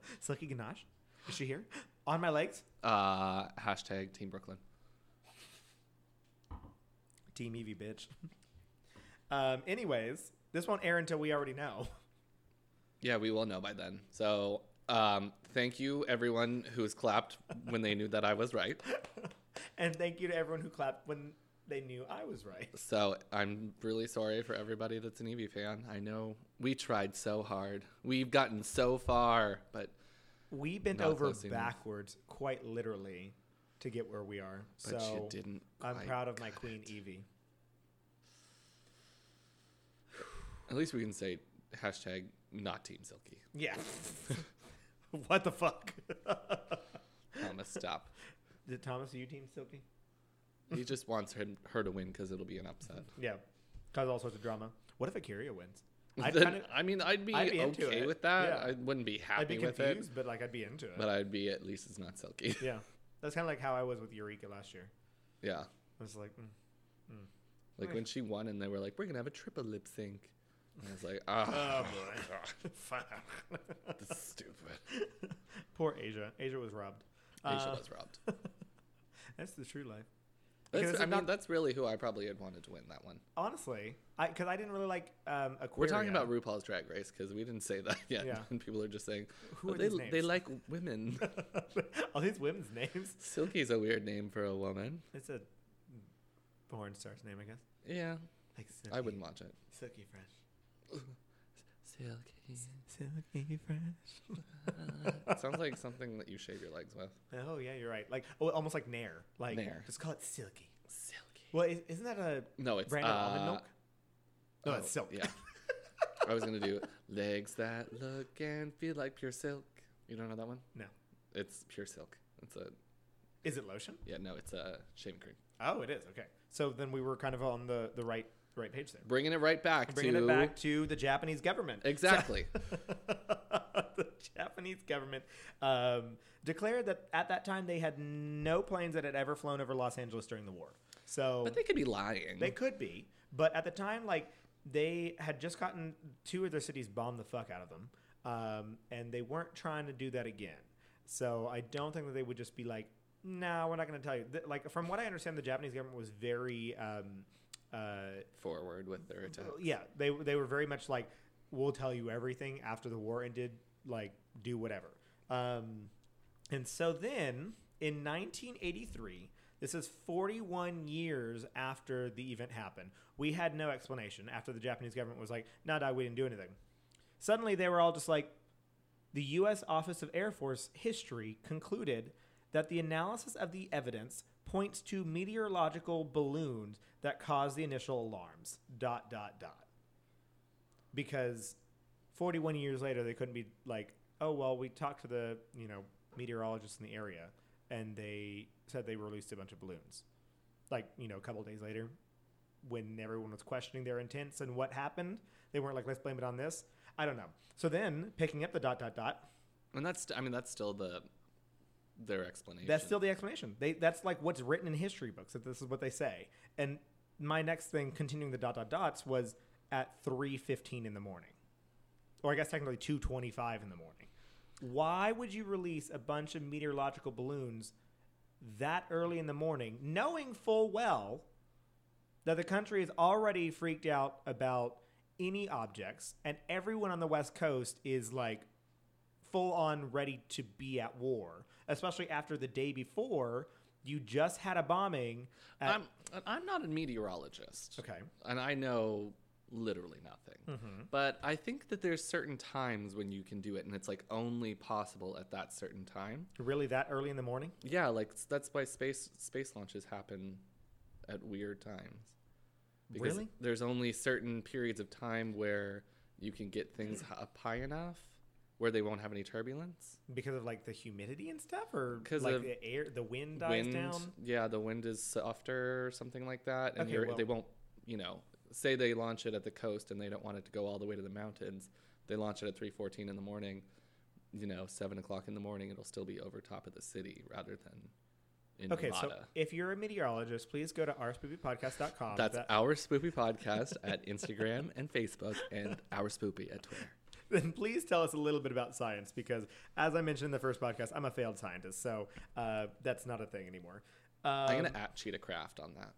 B: Silky Ganache. Is she here? On my legs.
A: Uh, hashtag Team Brooklyn.
B: Team Evie, bitch. um, anyways, this won't air until we already know.
A: Yeah, we will know by then. So, um, thank you everyone who's clapped when they knew that I was right.
B: and thank you to everyone who clapped when They knew I was right.
A: So I'm really sorry for everybody that's an Evie fan. I know we tried so hard. We've gotten so far, but
B: We bent
A: Not
B: over
A: close enough.
B: backwards, quite literally, to get where we are.
A: but
B: so
A: you didn't.
B: I'm
A: quite
B: proud of my
A: cut
B: queen
A: it.
B: Evie.
A: At least we can say hashtag not Team Silky.
B: Yeah. what the fuck?
A: Thomas, stop.
B: Did Thomas you team Silky?
A: He just wants her, her to win because it'll be an upset.
B: Yeah. Cause all sorts of drama. What if Akira wins? I'd
A: Then-
B: kind of
A: I mean, I'd be,
B: I'd be into
A: okay
B: it.
A: with that.
B: Yeah.
A: I wouldn't be happy
B: I'd be
A: with
B: confused,
A: it,
B: but like I'd be into it.
A: but I'd be at least it's not Silky.
B: yeah. That's kind of like how I was with Eureka last year.
A: yeah.
B: I was like, mm.
A: Like when she won and they were like, we're going to have a triple lip sync. And I was like, ah,
B: oh boy, fuck.
A: this is stupid.
B: Poor Asia. Asia was robbed.
A: Asia
B: Uh,
A: was robbed.
B: That's the true life. Okay,
A: That's,
B: this
A: I mean,
B: is not-
A: that's really who I probably had wanted to win that one.
B: Honestly, I because I didn't really like um, Aquaria.
A: We're talking about RuPaul's Drag Race because we didn't say that yet.
B: Yeah.
A: And people are just saying,
B: Who
A: "Oh,
B: are
A: they,
B: these
A: they
B: names?"
A: like women.
B: all these women's names.
A: Silky's a weird name for a woman.
B: It's a porn star's name, I guess.
A: Yeah.
B: Like
A: I wouldn't watch it.
B: Silky Fresh.
A: Silky.
B: Silky Fresh.
A: it sounds like something that you shave your legs with.
B: Oh yeah, you're right. Like oh, almost like Nair. Like
A: Nair.
B: just call it Silky.
A: Silky.
B: Well, is, isn't that a
A: No, it's
B: brand of almond
A: uh, oh,
B: milk? No, it's silk.
A: Yeah. I was gonna do legs that look and feel like pure silk. You don't know that one?
B: No.
A: It's pure silk. It's a
B: Is it lotion?
A: yeah. No, it's a shaving cream.
B: Oh, it is. Okay. So then we were kind of on the the right right page there.
A: Bringing it right back
B: Bringing
A: to
B: it back to the Japanese government.
A: exactly.
B: the Japanese government um, declared that at that time they had no planes that had ever flown over Los Angeles during the war. So
A: but they could be lying.
B: they could be, but at the time, like they had just gotten two of their cities bombed the fuck out of them, um, and they weren't trying to do that again. So I don't think that they would just be like, "No, we're not going to tell you." Th- like from what I understand, the Japanese government was very. Um, uh,
A: forward with their attack.
B: well, yeah, they they were very much like, "We'll tell you everything after the war ended. Like, do whatever." Um, and so then, in 1983, this is 41 years after the event happened. We had no explanation after the Japanese government was like, "No, nah, we didn't do anything." Suddenly, they were all just like, the U.S. Office of Air Force History concluded that the analysis of the evidence points to meteorological balloons that caused the initial alarms. Dot dot dot. Because 41 years later, they couldn't be like, oh well, we talked to the you know meteorologists in the area, and they said they released a bunch of balloons. Like you know, a couple days later, when everyone was questioning their intents and what happened, they weren't like, let's blame it on this. I don't know. So then, picking up the dot dot dot,
A: And that's I mean that's still the their explanation.
B: that's still the explanation. They that's like what's written in history books that this is what they say. And my next thing, continuing the dot dot dots, was at three fifteen in the morning, or I guess technically two twenty five in the morning. Why would you release a bunch of meteorological balloons that early in the morning, knowing full well that the country is already freaked out about any objects, and everyone on the West Coast is like full on ready to be at war, especially after the day before you just had a bombing. At,
A: I'm I'm not a meteorologist.
B: okay. Mm-hmm.
A: and I know literally nothing. But I think that there's certain times when you can do it, and it's like only possible at that certain time.
B: Really, that early in the morning?
A: Yeah, like s- that's why space space launches happen at weird times. Because
B: Really?
A: there's only certain periods of time where you can get things h- up high enough where they won't have any turbulence.
B: Because of like the humidity and stuff, or
A: 'Cause
B: like
A: of
B: the air, the wind dies down.
A: Yeah, the wind is softer or something like that, and
B: Okay,
A: you're,
B: well-
A: they won't. You know, say they launch it at the coast and they don't want it to go all the way to the mountains. They launch it at three fourteen in the morning. You know, seven o'clock in the morning, it'll still be over top of the city rather than in
B: Okay, so
A: Nevada.
B: if you're a meteorologist, please go to rspoopypodcast.com.
A: That's
B: That-
A: our Spoopy podcast at Instagram and Facebook, and our Spoopy at Twitter.
B: then please tell us a little bit about science because, as I mentioned in the first podcast, I'm a failed scientist, so uh, that's not a thing anymore. Um,
A: I'm gonna at Cheetah Craft on that.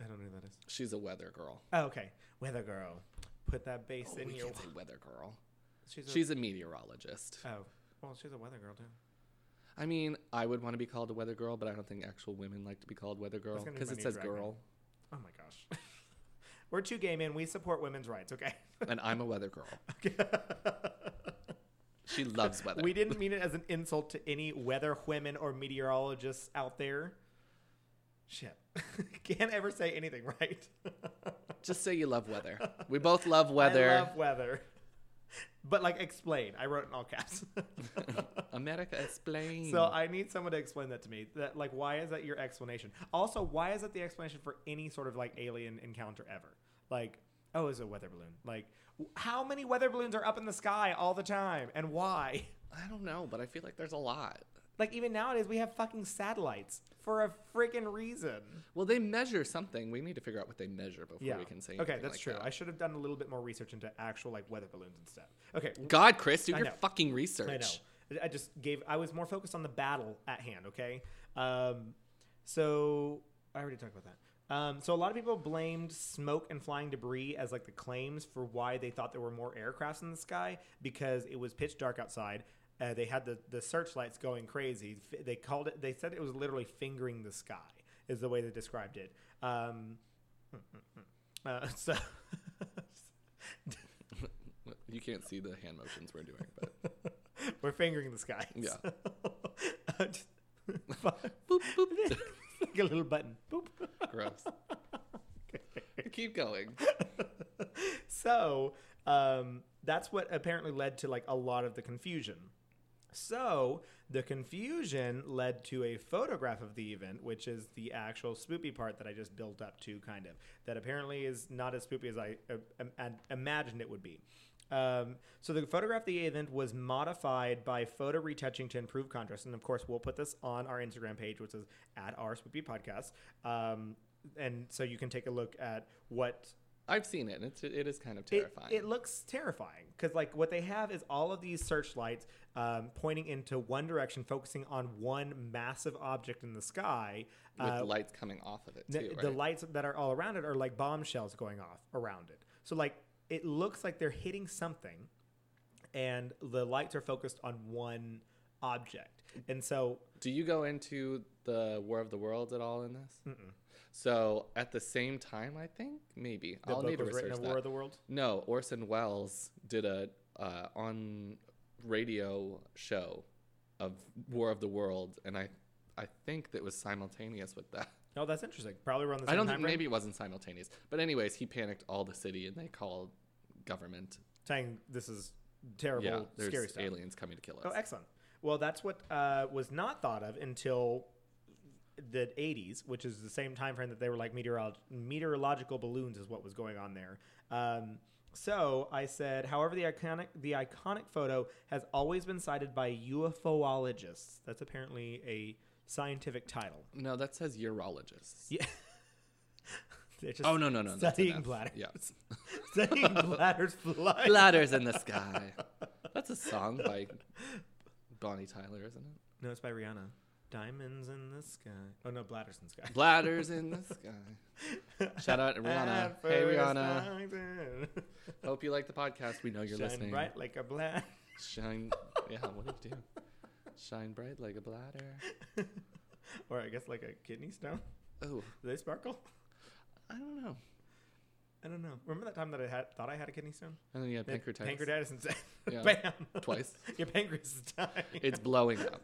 B: I don't know who that is.
A: She's a weather girl.
B: Oh, okay. Weather girl. Put that bass in
A: Oh, We
B: your.
A: can't say weather girl.
B: She's
A: She's a meteorologist.
B: Oh, well, she's a weather girl too.
A: I mean, I would want to be called a weather girl, but I don't think actual women like to be called weather girl
B: gonna be
A: because
B: my
A: it
B: new
A: says
B: drag name.
A: girl.
B: Oh my gosh. We're two gay men. We support women's rights, okay?
A: and I'm a weather girl. she loves weather.
B: We didn't mean it as an insult to any weather women or meteorologists out there. Shit. Can't ever say anything right.
A: Just say you love weather. We both love weather.
B: I love weather. But like explain. I wrote in all caps.
A: America explain.
B: so uh, I need someone to explain that to me. That like why is that your explanation? Also, why is that the explanation for any sort of like alien encounter ever? Like, oh, it's a weather balloon. Like w- how many weather balloons are up in the sky all the time and why?
A: I don't know, but I feel like there's a lot.
B: Like even nowadays we have fucking satellites for a freaking reason.
A: Well, they measure something. We need to figure out what they measure before we can say.
B: okay,
A: anything
B: that's
A: like
B: true.
A: that.
B: I should have done a little bit more research into actual like weather balloons and stuff. Okay,
A: God, Chris, do
B: I
A: your
B: know.
A: fucking research.
B: I know. I just gave. I was more focused on the battle at hand. Okay. Um, so I already talked about that. Um, so a lot of people blamed smoke and flying debris as like the claims for why they thought there were more aircrafts in the sky because it was pitch dark outside. Uh, they had the the searchlights going crazy. F- They called it. They said it was literally fingering the sky. Is the way they described it. Um, uh, so.
A: You can't see the hand motions we're doing, but
B: We're fingering the sky.
A: Yeah.
B: Just- like a little button. Boop.
A: gross. Keep going.
B: So um, that's what apparently led to like a lot of the confusion. So the confusion led to a photograph of the event, which is the actual spoopy part that I just built up to, kind of that apparently is not as spoopy as I uh, im- ad- imagined it would be. Um, so the photograph of the event was modified by photo retouching to improve contrast, and of course we'll put this on our Instagram page, which is at our spoopy podcast, um, and so you can take a look at what
A: I've seen it, and it's, it is kind of
B: it-
A: terrifying.
B: It, looks terrifying because like what they have is all of these searchlights um, pointing into one direction, focusing on one massive object in the sky.
A: with
B: Uh,
A: the lights coming off of it
B: the,
A: too, right?
B: the lights that are all around it are like bombshells going off around it. So like it looks like they're hitting something, and the lights are focused on one object. And so
A: Do you go into the War of the Worlds at all in this? So at the same time, I think maybe
B: the
A: I'll
B: book
A: need to
B: was written
A: research
B: in
A: that.
B: War of the World.
A: No, Orson Welles did a uh, on radio show of War of the Worlds, and I I think that was simultaneous with that.
B: Oh, that's interesting. Probably around the same
A: I don't
B: time
A: think
B: frame.
A: maybe it wasn't simultaneous, but anyways, he panicked all the city, and they called government.
B: saying this is terrible,
A: Yeah,
B: scary
A: there's
B: stuff.
A: aliens coming to kill us.
B: Oh, excellent. Well, that's what uh, was not thought of until the 80s, which is the same time frame that they were like meteorolog- meteorological balloons is what was going on there. Um, so I said, however, the iconic the iconic photo has always been cited by UFOologists. That's apparently a scientific title.
A: no, that says urologists.
B: Yeah. They're just
A: Oh no no no! that's
B: Studying
A: enough.
B: bladder.
A: Yeah.
B: studying bladders fly.
A: Bladders in the sky. That's a song by Bonnie Tyler, isn't it?
B: no, it's by Rihanna. Diamonds in the sky. Oh no, bladders in the sky.
A: Bladders in the sky. Shout out to Rihanna.
B: At
A: Hey
B: first
A: Rihanna.
B: sight. eh.
A: Hope you like the podcast. We know you're
B: Shine
A: listening.
B: bright like a black.
A: Shine. Yeah. What do you do? Shine bright like a bladder.
B: or I guess like a kidney stone.
A: Oh,
B: Do they sparkle?
A: I don't know.
B: I don't know. Remember that time that I had thought I had a kidney stone?
A: And then you had
B: That
A: pancreatitis.
B: Pancreatitis and sa-
A: Yeah.
B: bam.
A: Twice.
B: Your pancreas is dying.
A: It's blowing up.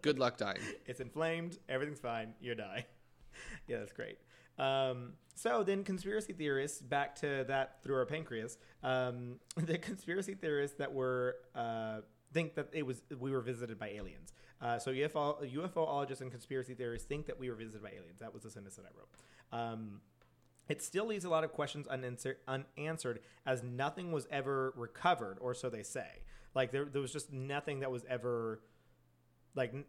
A: Good luck dying.
B: it's inflamed. Everything's fine. You die. yeah, that's great. Um, so then, conspiracy theorists, back to that through our pancreas, um, the conspiracy theorists that were uh, think that it was we were visited by aliens. Uh, so UFO, UFOologists and conspiracy theorists think that we were visited by aliens. That was the sentence that I wrote. Um, it still leaves a lot of questions unanswer- unanswered as nothing was ever recovered, or so they say. Like there, there was just nothing that was ever like n-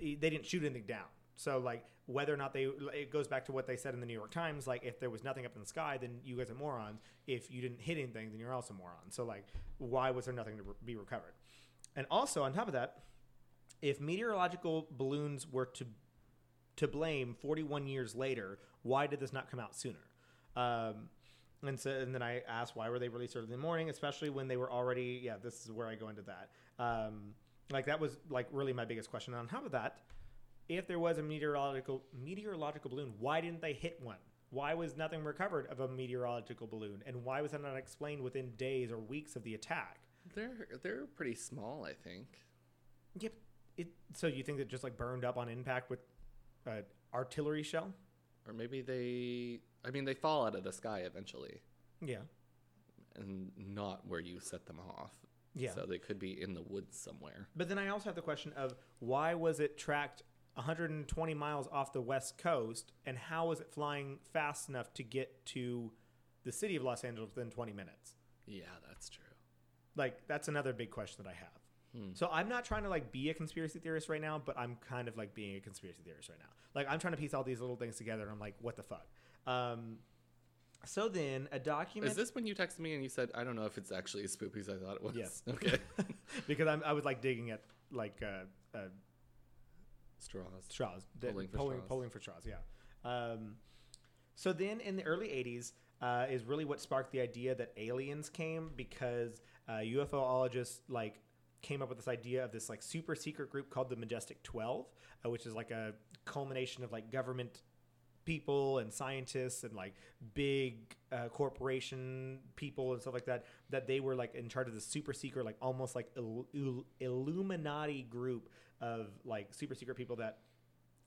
B: they didn't shoot anything down. So like whether or not they it goes back to what they said in the New York Times like if there was nothing up in the sky then you guys are morons. If you didn't hit anything then you're also moron. So like why was there nothing to re- be recovered? And also on top of that, if meteorological balloons were to to blame 41 years later, why did this not come out sooner? Um, and so, and then I asked why were they released early in the morning, especially when they were already. Yeah, this is where I go into that. Um, like that was like really my biggest question. On top of that, If there was a meteorological meteorological balloon, why didn't they hit one? Why was nothing recovered of a meteorological balloon, and why was it not explained within days or weeks of the attack?
A: They're they're pretty small, I think.
B: Yep. It, so you think that just like burned up on impact with an artillery shell?
A: Or maybe they I mean they fall out of the sky eventually
B: Yeah.
A: and not where you set them off.
B: Yeah.
A: So they could be in the woods somewhere.
B: But then I also have the question of why was it tracked 120 miles off the west coast, and how was it flying fast enough to get to the city of Los Angeles within 20 minutes?
A: Yeah, that's true.
B: Like that's another big question that I have.
A: Hmm.
B: So I'm not trying to like be a conspiracy theorist right now, but I'm kind of like being a conspiracy theorist right now. Like I'm trying to piece all these little things together, and I'm like, what the fuck? Um, so then a document.
A: Is this when you texted me and you said, I don't know if it's actually as spoopy as I thought it was?
B: Yes.
A: Okay.
B: because I'm, I was like digging at like uh, uh,
A: Straws.
B: straws, the-
A: Polling
B: polling,
A: for
B: polling,
A: straws.
B: for straws. Yeah. Um, so then, in the early '80s, uh, is really what sparked the idea that aliens came because uh, UFOologists like came up with this idea of this like super secret group called the Majestic Twelve, uh, which is like a culmination of like government people and scientists and like big uh, corporation people and stuff like that that they were like in charge of the super secret like almost like il- il- illuminati group of like super secret people that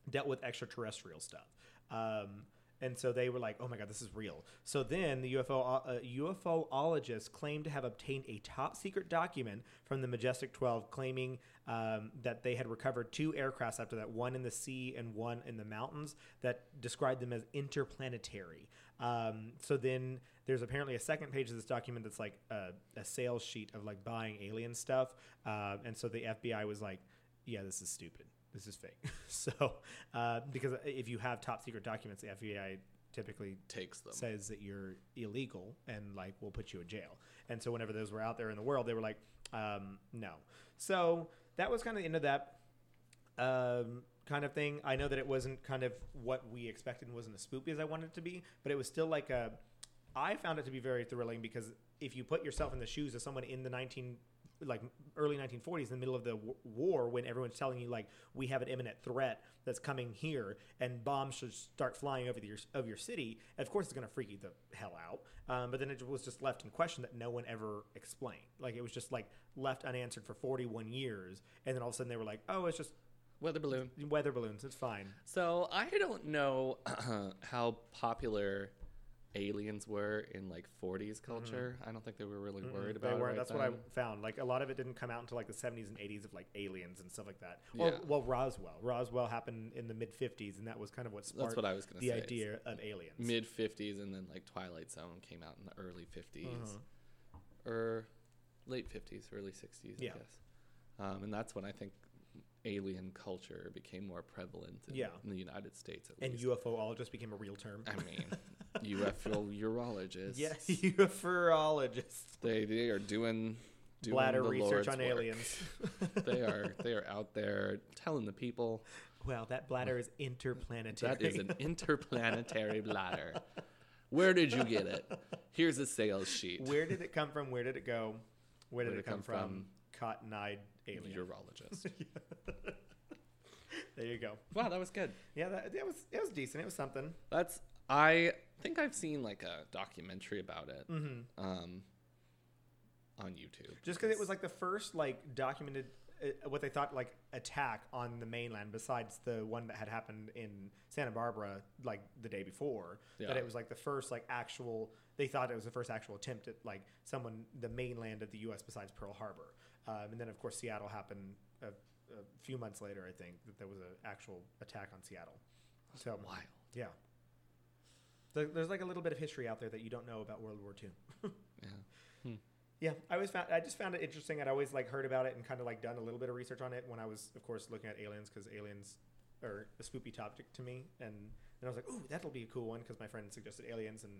B: dealt with extraterrestrial stuff um, and so they were like oh my god this is real so then the ufo uh, ufoologists claimed to have obtained a top secret document from the majestic 12 claiming um, that they had recovered two aircrafts after that one in the sea and one in the mountains that described them as interplanetary um, so then there's apparently a second page of this document that's like a, a sales sheet of like buying alien stuff uh, and so the fbi was like yeah, this is stupid. This is fake. so, uh, because if you have top secret documents, the FBI typically
A: Takes them.
B: says that you're illegal and like will put you in jail. And so, whenever those were out there in the world, they were like, um, no. So that was kind of the end of that um, kind of thing. I know that it wasn't kind of what we expected and wasn't as spoopy as I wanted it to be, but it was still like a. I found it to be very thrilling because if you put yourself in the shoes of someone in the 19 like early 1940s in the middle of the w- war when everyone's telling you like we have an imminent threat that's coming here and bombs should start flying over the, your, of your city of course it's going to freak you the hell out um, but then it was just left in question that no one ever explained like it was just like left unanswered for 41 years and then all of a sudden they were like oh it's just
A: Weather balloon.
B: weather balloons. It's fine.
A: So I don't know how popular aliens were in like 40s culture. I don't think they were really worried
B: Mm-hmm. They
A: about it.
B: weren't.
A: right
B: that's what I
A: then.
B: found. Like a lot of it didn't come out until like the 70s and 80s of like aliens and stuff like that.
A: Yeah.
B: Well, well, Roswell. Roswell happened in the mid 50s, and that was kind of what sparked
A: what I was gonna
B: the
A: say. It's
B: idea of aliens.
A: Mid 50s and then like Twilight Zone came out in the early 50s or late 50s, early 60s,
B: Mm-hmm. Yeah.
A: I guess. Um, and that's when I think alien culture became more prevalent in,
B: Yeah.
A: in the United States at
B: and
A: least.
B: UFOologist became a real term.
A: I mean, UFO urologists.
B: Yes, UFOologist.
A: They they are doing, doing
B: Bladder
A: the
B: research
A: Lord's
B: on
A: work.
B: aliens.
A: they are they are out there telling the people
B: well, that bladder is interplanetary.
A: that is an interplanetary bladder. Where did you get it? Here's a sales sheet.
B: Where did it come from? Where did it go? Where did it, come, from?
A: from?
B: Cotton-eyed alien.
A: Urologist.
B: There you go.
A: wow, that was good.
B: Yeah, that, that was it was decent. It was something.
A: That's I think I've seen like a documentary about it um, on YouTube.
B: Mm-hmm. just because it was like the first like documented uh, what they thought like attack on the mainland besides the one that had happened in santa barbara like the day before
A: Yeah.
B: that it was like the first like actual they thought it was the first actual attempt at like someone the mainland of the us besides pearl harbor um, and then of course seattle happened a, a few months later i think that there was an actual attack on seattle so
A: wild.
B: yeah There- there's like a little bit of history out there that you don't know about world war ii
A: Yeah.
B: yeah, I always found I just found it interesting. I'd always like heard about it and kind of like done a little bit of research on it when I was, of course, looking at aliens because aliens are a spoopy topic to me. And then I was like, "Ooh, that'll be a cool one" because my friend suggested aliens, and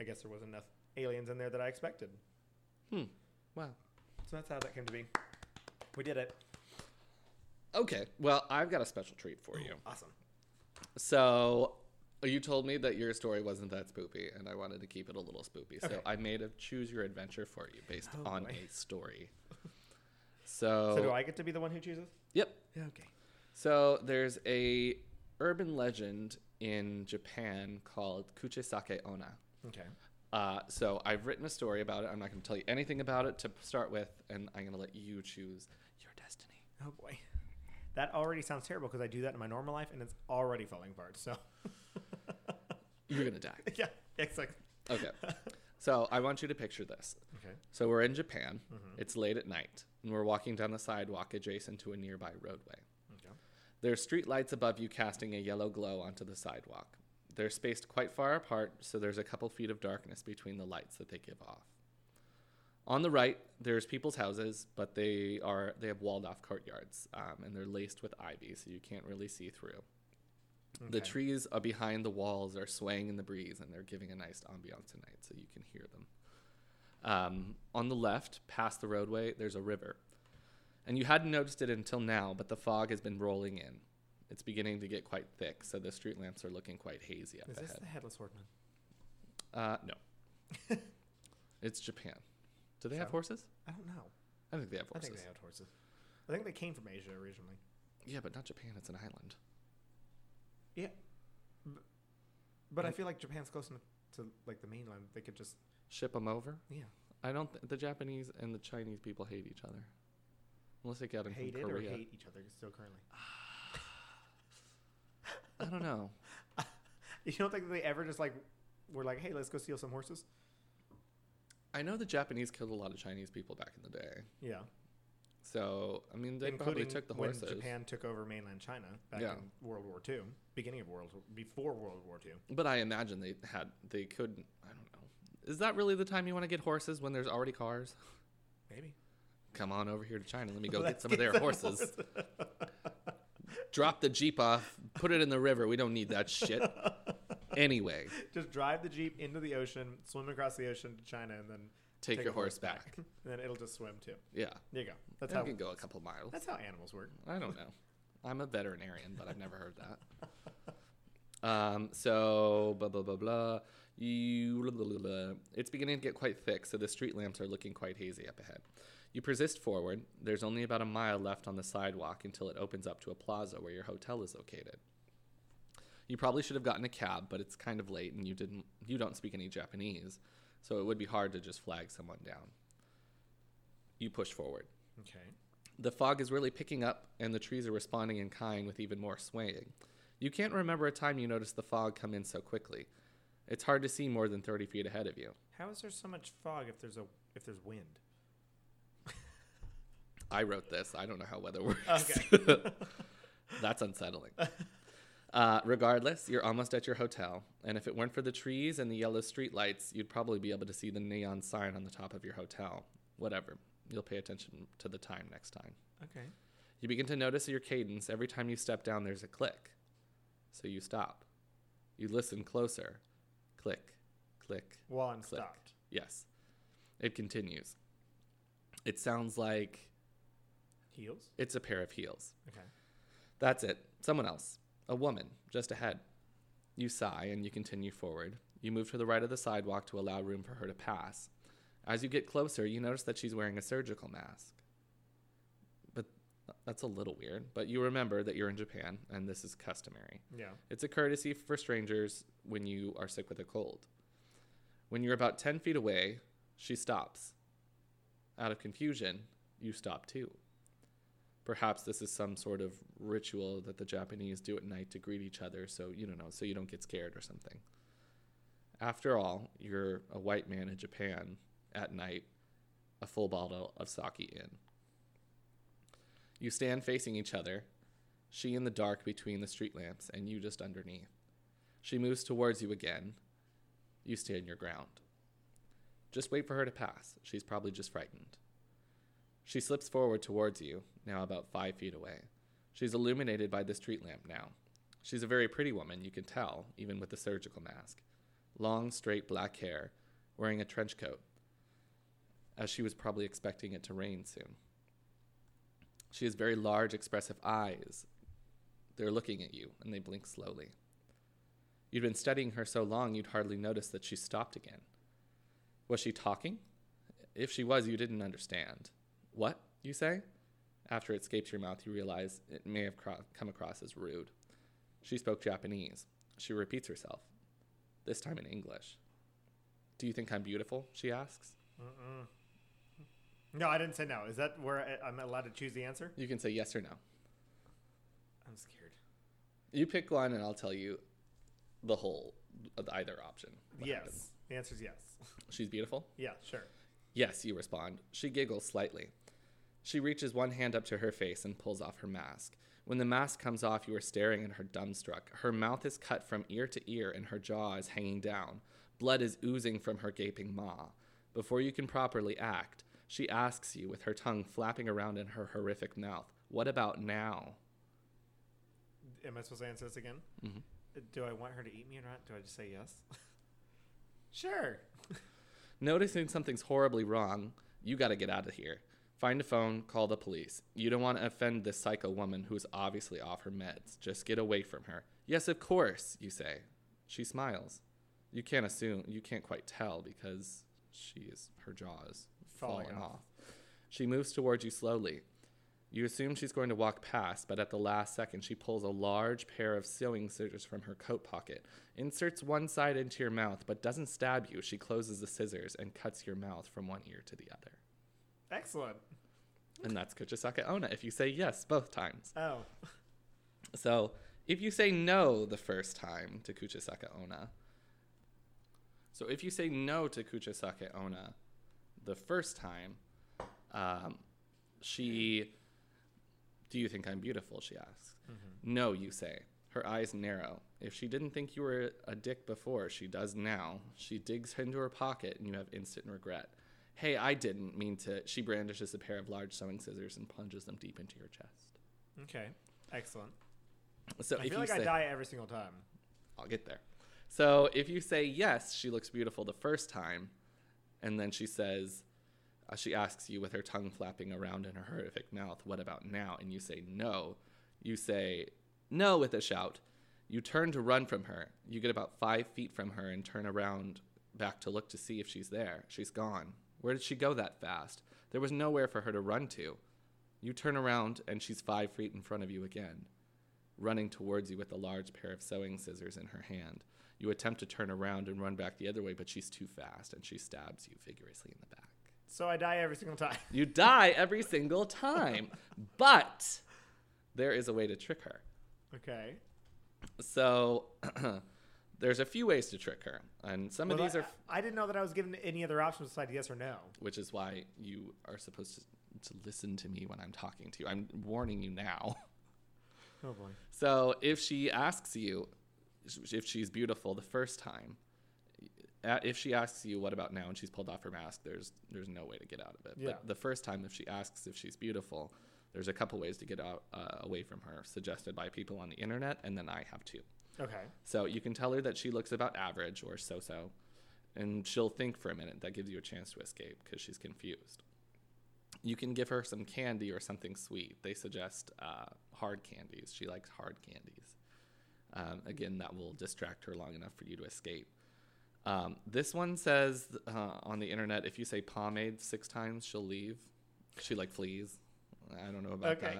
B: I guess there wasn't enough aliens in there that I expected.
A: Wow.
B: So that's how that came to be. We did it.
A: Okay. Well, I've got a special treat for you.
B: Awesome.
A: So uh, you told me that your story wasn't that spoopy, and I wanted to keep it a little spoopy. So I made a choose your adventure for you based
B: Oh,
A: on
B: boy.
A: a story. So,
B: So do I get to be the one who chooses?
A: yep.
B: Oh. Okay.
A: So there's a urban legend in Japan called Kuchisake Ona.
B: Okay.
A: Uh, so I've written a story about it. I'm not going to tell you anything about it to start with, and I'm going to let you choose your destiny.
B: Oh boy. That already sounds terrible because I do that in my normal life and it's already falling apart. So
A: You're going to die.
B: yeah, exactly.
A: Okay. So I want you to picture this.
B: Okay.
A: So we're in Japan. It's late at night, and we're walking down a sidewalk adjacent to a nearby roadway.
B: Okay.
A: There's street lights above you casting a yellow glow onto the sidewalk. They're spaced quite far apart, so there's a couple feet of darkness between the lights that they give off. On the right, there's people's houses, but they are they have walled off courtyards, um, and they're laced with ivy, so you can't really see through. The
B: Okay.
A: trees are behind the walls are swaying in the breeze, and they're giving a nice ambiance tonight, so you can hear them. Um, on the left, past the roadway, there's a river. And you hadn't noticed it until now, but the fog has been rolling in. It's beginning to get quite thick, so the street lamps are looking quite hazy up
B: Is this
A: ahead.
B: the headless horseman?
A: Uh, no. it's Japan. Do they have
B: So?
A: horses?
B: I don't know.
A: I think they have
B: I
A: horses.
B: think they had horses. I think they came from Asia originally.
A: Yeah, but not Japan. It's an island.
B: Yeah. B- But I feel like Japan's close enough to like the mainland. They could just
A: Ship them over.
B: yeah.
A: I don't. Th- the Japanese and the Chinese people hate each other, unless they got them
B: hate
A: from
B: it
A: Korea.
B: or hate each other still currently.
A: I don't know.
B: You don't think they ever just like were like, hey, let's go steal some horses?
A: I know the Japanese killed a lot of Chinese people back in the day,
B: Yeah.
A: so I mean they probably took the
B: when
A: horses.
B: Japan took over mainland China back
A: Yeah.
B: in World War II, beginning of World before World War II.
A: But I imagine they had they could. I don't know. Is that really the time you want to get horses when there's already cars?
B: Maybe
A: Come on over here to China. Let me go get
B: Let's
A: some of their horses. Drop the jeep off. Put it in the river. We don't need that shit. anyway,
B: Just drive the jeep into the ocean, swim across the ocean to China, and then
A: take, your
B: a
A: horse back.
B: and then it'll just swim too.
A: Yeah,
B: There you go. That's
A: I
B: how
A: can go a couple miles.
B: that's how animals work.
A: I don't know. I'm a veterinarian, but I've never heard that. Um, so blah blah blah blah. You blah, blah, blah, blah. it's beginning to get quite thick, so the street lamps are looking quite hazy up ahead. You persist forward. There's only about a mile left on the sidewalk until it opens up to a plaza where your hotel is located. You probably should have gotten a cab, but it's kind of late and you didn't you don't speak any Japanese, so it would be hard to just flag someone down. You push forward.
B: Okay.
A: The fog is really picking up, and the trees are responding in kind with even more swaying. You can't remember a time you noticed the fog come in so quickly. It's hard to see more than 30 feet ahead of you.
B: How is there so much fog if there's a if there's wind?
A: I wrote this. I don't know how weather works.
B: Okay.
A: That's unsettling. Uh, regardless, you're almost at your hotel, and if it weren't for the trees and the yellow streetlights, you'd probably be able to see the neon sign on the top of your hotel. Whatever. You'll pay attention to the time next time.
B: okay.
A: You begin to notice your cadence. Every time you step down, there's a click. So you stop. You listen closer. Click, click.
B: While I'm
A: Click.
B: stopped.
A: Yes. It continues. It sounds like
B: Heels.
A: it's a pair of heels.
B: Okay.
A: That's it. Someone else. A woman, just ahead. You sigh and you continue forward. You move to the right of the sidewalk to allow room for her to pass. As you get closer, you notice that she's wearing a surgical mask. But that's a little weird. But you remember that you're in Japan and this is customary.
B: Yeah.
A: It's a courtesy for strangers when you are sick with a cold. When you're about 10 feet away, she stops. Out of confusion, you stop too. Perhaps this is some sort of ritual that the Japanese do at night to greet each other so you don't know, so you don't get scared or something. After all, you're a white man in Japan at night, a full bottle of sake in. You stand facing each other, she in the dark between the street lamps and you just underneath. She moves towards you again. You stand your ground. Just wait for her to pass. She's probably just frightened. She slips forward towards you, now about five feet away. She's illuminated by the street lamp now. She's a very pretty woman, you can tell, even with the surgical mask. Long, straight black hair, wearing a trench coat, as she was probably expecting it to rain soon. She has very large, expressive eyes. They're looking at you, and they blink slowly. You'd been studying her so long, you'd hardly noticed that she stopped again. Was she talking? If she was, you didn't understand. What, you say? After it escapes your mouth, you realize it may have cro- come across as rude. She spoke Japanese. She repeats herself, this time in English. Do you think I'm beautiful? She asks.
B: No, I didn't say no. Is that where I, I'm allowed to choose the answer?
A: You can say yes or no.
B: I'm scared.
A: You pick one, and I'll tell you the whole, of either option. what
B: yes.
A: happens.
B: The answer is yes.
A: She's beautiful?
B: Yeah, sure.
A: Yes, you respond. She giggles slightly. She reaches one hand up to her face and pulls off her mask. When the mask comes off, you are staring at her dumbstruck. Her mouth is cut from ear to ear and her jaw is hanging down. Blood is oozing from her gaping maw. Before you can properly act, she asks you, with her tongue flapping around in her horrific mouth, What about now?
B: Am I supposed to answer this again?
A: Mm-hmm.
B: Uh, Do I want her to eat me or not? Do I just say yes? sure.
A: Noticing something's horribly wrong, you gotta get out of here. Find a phone, call the police. You don't wanna offend this psycho woman who's obviously off her meds. Just get away from her. Yes, of course, you say. She smiles. You can't assume, you can't quite tell because she is, her jaw is falling,
B: Falling
A: off.
B: off.
A: She moves towards you slowly. You assume she's going to walk past, but at the last second, she pulls a large pair of sewing scissors from her coat pocket, inserts one side into your mouth, but doesn't stab you. She closes the scissors and cuts your mouth from one ear to the other.
B: Excellent.
A: And that's Kuchisaka Ona if you say yes both times.
B: Oh.
A: So if you say no the first time to Kuchisaka Ona, so if you say no to Kuchisaka Ona the first time, um, she, do you think I'm beautiful? She asks.
B: Mm-hmm.
A: No, you say. Her eyes narrow. If she didn't think you were a dick before, she does now. She digs into her pocket and you have instant regret. Hey, I didn't mean to. She brandishes a pair of large sewing scissors and plunges them deep into your chest.
B: Okay. Excellent.
A: So
B: I
A: Uh, if
B: feel
A: you
B: like
A: say,
B: I die every single time.
A: I'll get there. So if you say yes, she looks beautiful the first time, and then she says, uh, she asks you with her tongue flapping around in her horrific mouth, "What about now?" And you say no. You say no with a shout. You turn to run from her. You get about five feet from her and turn around back to look to see if she's there. She's gone. Where did she go that fast? There was nowhere for her to run to. You turn around and she's five feet in front of you again running towards you with a large pair of sewing scissors in her hand. You attempt to turn around and run back the other way, but she's too fast and she stabs you vigorously in the back.
B: So I die every single time.
A: You die every single time, but there is a way to trick her.
B: okay.
A: So there's a few ways to trick her, and some
B: Well,
A: of these
B: I,
A: are,
B: I didn't know that I was given any other options besides yes or no.
A: which is why you are supposed to. To listen to me when I'm talking to you. I'm warning you now.
B: Oh boy.
A: So if she asks you if she's beautiful the first time, uh, if she asks you what about now and she's pulled off her mask, there's there's no way to get out of it.
B: Yeah.
A: But the first time, if she asks if she's beautiful, there's a couple ways to get out uh, away from her, suggested by people on the internet, and then I have two.
B: Okay.
A: So you can tell her that she looks about average or so-so, and she'll think for a minute. That gives you a chance to escape because she's confused. You can give her some candy or something sweet. They suggest uh, hard candies. She likes hard candies. Um, again, that will distract her long enough for you to escape. Um, this one says uh, on the internet, if you say pomade six times, she'll leave. She like flees. I don't know about
B: Okay.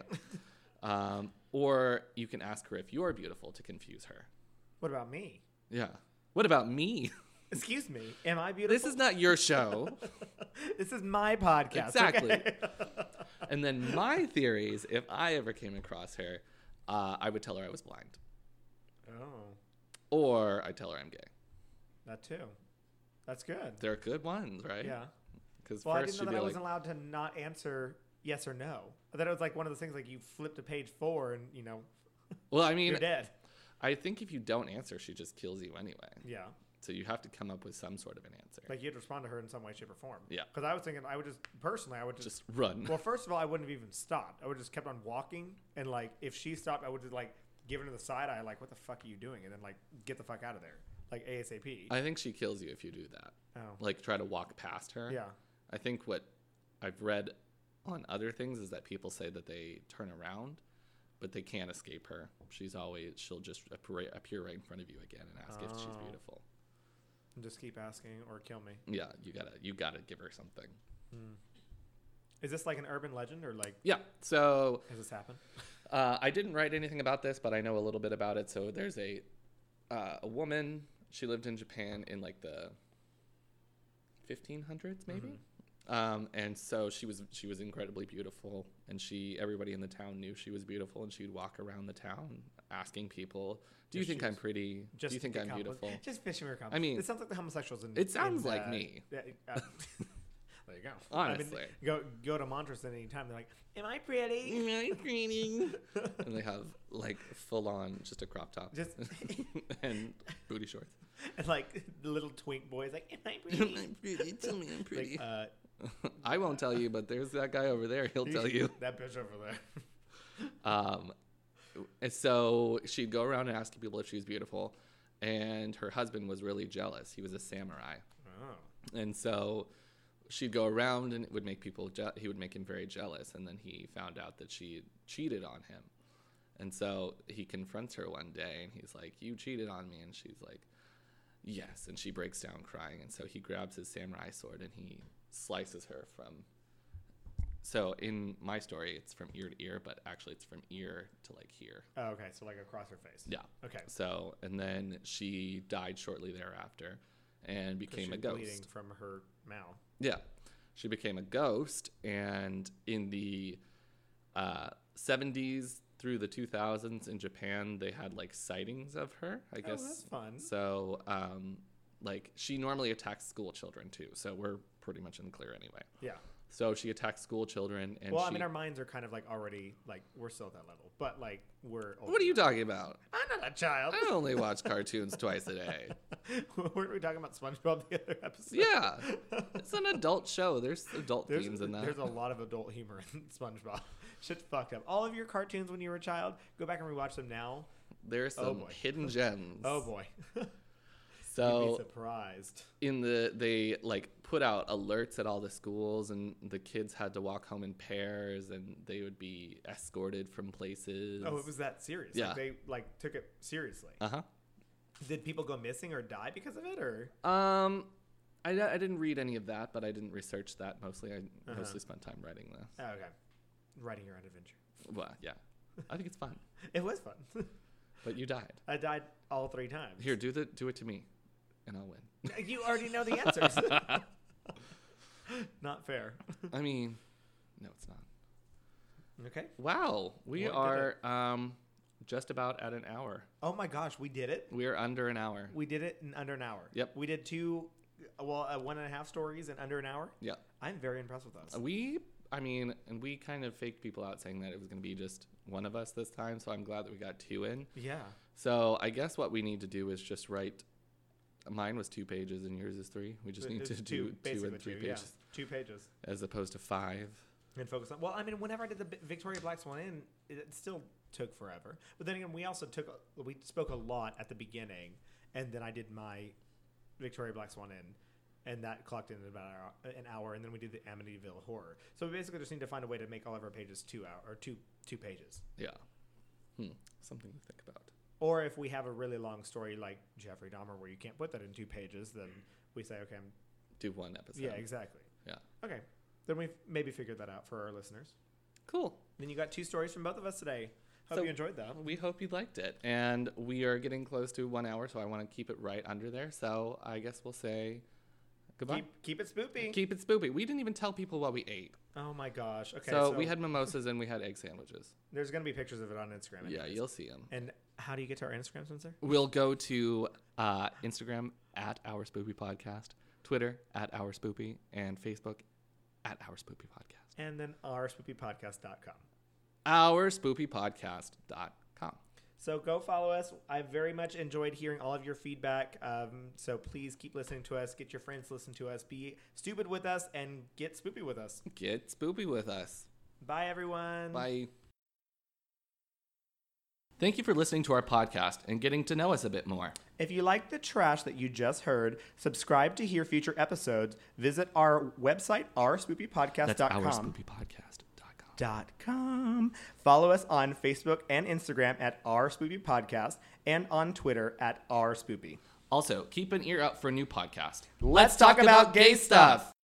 A: that. Um, or you can ask her if you're beautiful to confuse her.
B: What about me?
A: Yeah. What about me?
B: Excuse me. Am I beautiful?
A: This is not your show.
B: This is my podcast.
A: Exactly.
B: okay?
A: and then my theory is if I ever came across her, uh, I would tell her I was blind.
B: oh,
A: Or I tell her I'm gay.
B: that too. That's good.
A: They're good ones, right?
B: Yeah.
A: Because
B: Well, I
A: first
B: didn't
A: she'd
B: know that
A: be
B: I
A: like,
B: wasn't allowed to not answer yes or no. I thought it was like one of those things like you flip to page four and you know
A: well, I
B: you're
A: mean,
B: dead.
A: I think if you don't answer, she just kills you anyway.
B: Yeah.
A: So you have to come up with some sort of an answer.
B: Like you had to respond to her in some way, shape, or form.
A: Yeah.
B: Because I was thinking I would just personally I would just
A: just run.
B: Well, first of all, I wouldn't have even stopped. I would have just kept on walking, and like if she stopped, I would just like give her the side eye, like "What the fuck are you doing?" and then like get the fuck out of there, like ASAP.
A: I think she kills you if you do that.
B: oh,
A: Like try to walk past her.
B: yeah.
A: I think what I've read on other things is that people say that they turn around, but they can't escape her. She's always she'll just appear, appear right in front of you again and ask if she's
B: Oh.
A: beautiful.
B: And just keep asking or kill me.
A: Yeah, you gotta you gotta give her something.
B: Is this like an urban legend or like
A: Yeah. So
B: has this happened?
A: Uh, I didn't write anything about this, but I know a little bit about it. So there's a uh, a woman. She lived in Japan in like the 1500s,
B: Mm-hmm.
A: maybe. Um, and so she was she was incredibly beautiful, and she everybody in the town knew she was beautiful, and she'd walk around the town asking people, "Do you
B: Just
A: think
B: she
A: I'm
B: was-
A: pretty? Do you think
B: the
A: I'm
B: compli-
A: beautiful?"
B: Just fishing for compliments.
A: mean,
B: it sounds like the homosexuals. In,
A: it
B: in
A: sounds
B: the-
A: like me.
B: Yeah, uh, there you go. I
A: Honestly.
B: mean, go go to Montrose at any time. They're like, "Am I pretty?"
A: and they have like full on just a crop top
B: Just-
A: and booty shorts.
B: And like the little twink boy is like, "Am I pretty?"
A: I'm pretty. Tell me I'm pretty.
B: like, uh,
A: I won't tell you, but there's that guy over there. He'll tell you.
B: that bitch over there.
A: Um, and so she'd go around and ask people if she was beautiful. And her husband was really jealous. He was a samurai.
B: Oh,
A: And so she'd go around and it would make people, je- he would make him very jealous. And then he found out that she cheated on him. And so he confronts her one day and he's like, You cheated on me. And she's like, Yes. And she breaks down crying. And so he grabs his samurai sword and he slices her from. So in my story, it's from ear to ear, but actually it's from ear to like here.
B: oh, okay. So like across her face.
A: Yeah.
B: Okay.
A: So, and then she died shortly thereafter and
B: 'Cause
A: became
B: she's
A: a ghost.
B: bleeding from her mouth.
A: Yeah. She became a ghost. And in the uh, 70s through the 2000s in Japan, they had like sightings of her, I
B: Oh, that's
A: guess.
B: fun.
A: so, um, like, she normally attacks school children too. So we're pretty much in the clear anyway.
B: Yeah.
A: So she attacks school children. And
B: Well,
A: she,
B: I mean, our minds are kind of like already like we're still at that level, but like we're.
A: what are you Oh. talking about?
B: I'm not a child.
A: I only watch cartoons twice a day.
B: Weren't we talking about SpongeBob the other episode?
A: Yeah. It's an adult show. There's adult
B: There's,
A: themes in that.
B: there's a lot of adult humor in SpongeBob. Shit's fucked up. All of your cartoons when you were a child, go back and rewatch them now.
A: There's
B: Oh,
A: some
B: boy.
A: hidden gems.
B: Oh boy, you'd be
A: So
B: surprised.
A: in the they like put out alerts at all the schools and the kids had to walk home in pairs and they would be escorted from places
B: Oh, it was that serious.
A: Yeah.
B: Like, they like took it seriously.
A: uh-huh
B: Did people go missing or die because of it, or
A: um I, d- I didn't read any of that but i didn't research that mostly i
B: Uh-huh.
A: mostly spent time writing this
B: oh, okay, writing your own adventure?
A: well yeah i think it's fun
B: It was fun.
A: but you died
B: I died all three times.
A: here do the do it to me and i'll win
B: you already know the answers. Not fair.
A: i mean no it's not
B: Okay.
A: wow we
B: Well, we did
A: are um just about at an hour
B: Oh my gosh, we did it.
A: we are under an hour
B: We did it in under an hour.
A: Yep.
B: We did two, well, uh, one and a half stories in under an hour.
A: yeah
B: I'm very impressed with us.
A: We, I mean, and we kind of faked people out saying that it was going to be just one of us this time. So I'm glad that we got two in.
B: Yeah.
A: So I guess what we need to do is just write. Mine was two pages and yours is three. We just need
B: It's
A: to do two
B: basically
A: and three
B: yeah.
A: pages
B: Two pages.
A: as opposed to five.
B: And focus on, well, I mean, whenever I did the B- Victoria Black Swan Inn, it it still took forever. But then again, we also took, a- we spoke a lot at the beginning. And then I did my Victoria Black Swan Inn. And that clocked in at about an hour- an hour, and then we did the Amityville Horror. So we basically just need to find a way to make all of our pages two hour or two two pages.
A: Yeah. Hmm. Something to think about.
B: Or if we have a really long story like Jeffrey Dahmer where you can't put that in two pages, then we say, okay, I'm,
A: Do one episode.
B: yeah, exactly.
A: Yeah.
B: Okay. Then we've maybe figured that out for our listeners.
A: Cool.
B: Then you got two stories from both of us today. Hope
A: So-
B: you enjoyed that.
A: We hope you liked it. And we are getting close to one hour, so I want to keep it right under there. So I guess we'll say goodbye.
B: Keep, keep it spoopy.
A: Keep, it spoopy. We didn't even tell people what we ate.
B: oh my gosh. Okay.
A: so, we had mimosas and we had egg sandwiches.
B: there's going to be pictures of it on Instagram.
A: Yeah,
B: anyways.
A: you'll see them.
B: And how do you get to our Instagram, Spencer?
A: We'll go to uh, Instagram at Our Spoopy Podcast, Twitter at Our Spoopy, and Facebook at Our Spoopy Podcast.
B: And then our spoopypodcast.com.
A: OurSpoopyPodcast.com.
B: So go follow us. I very much enjoyed hearing all of your feedback. Um, so please keep listening to us. Get your friends to listen to us. Be stupid with us and get spoopy with us.
A: Get spoopy with us.
B: Bye, everyone.
A: Bye. Thank you for listening to our podcast and getting to know us a bit more.
B: If you like the trash that you just heard, subscribe to hear future episoopypodcast.com. Visit our website,
A: That's
B: ourspoopypodcast.com.
A: OurSpoopyPodcast.com.
B: Dot com. Follow us on Facebook and Instagram at our spoopy podcast and on Twitter at our spoopy.
A: Also, keep an ear out for a new podcast.
B: Let's talk about gay stuff.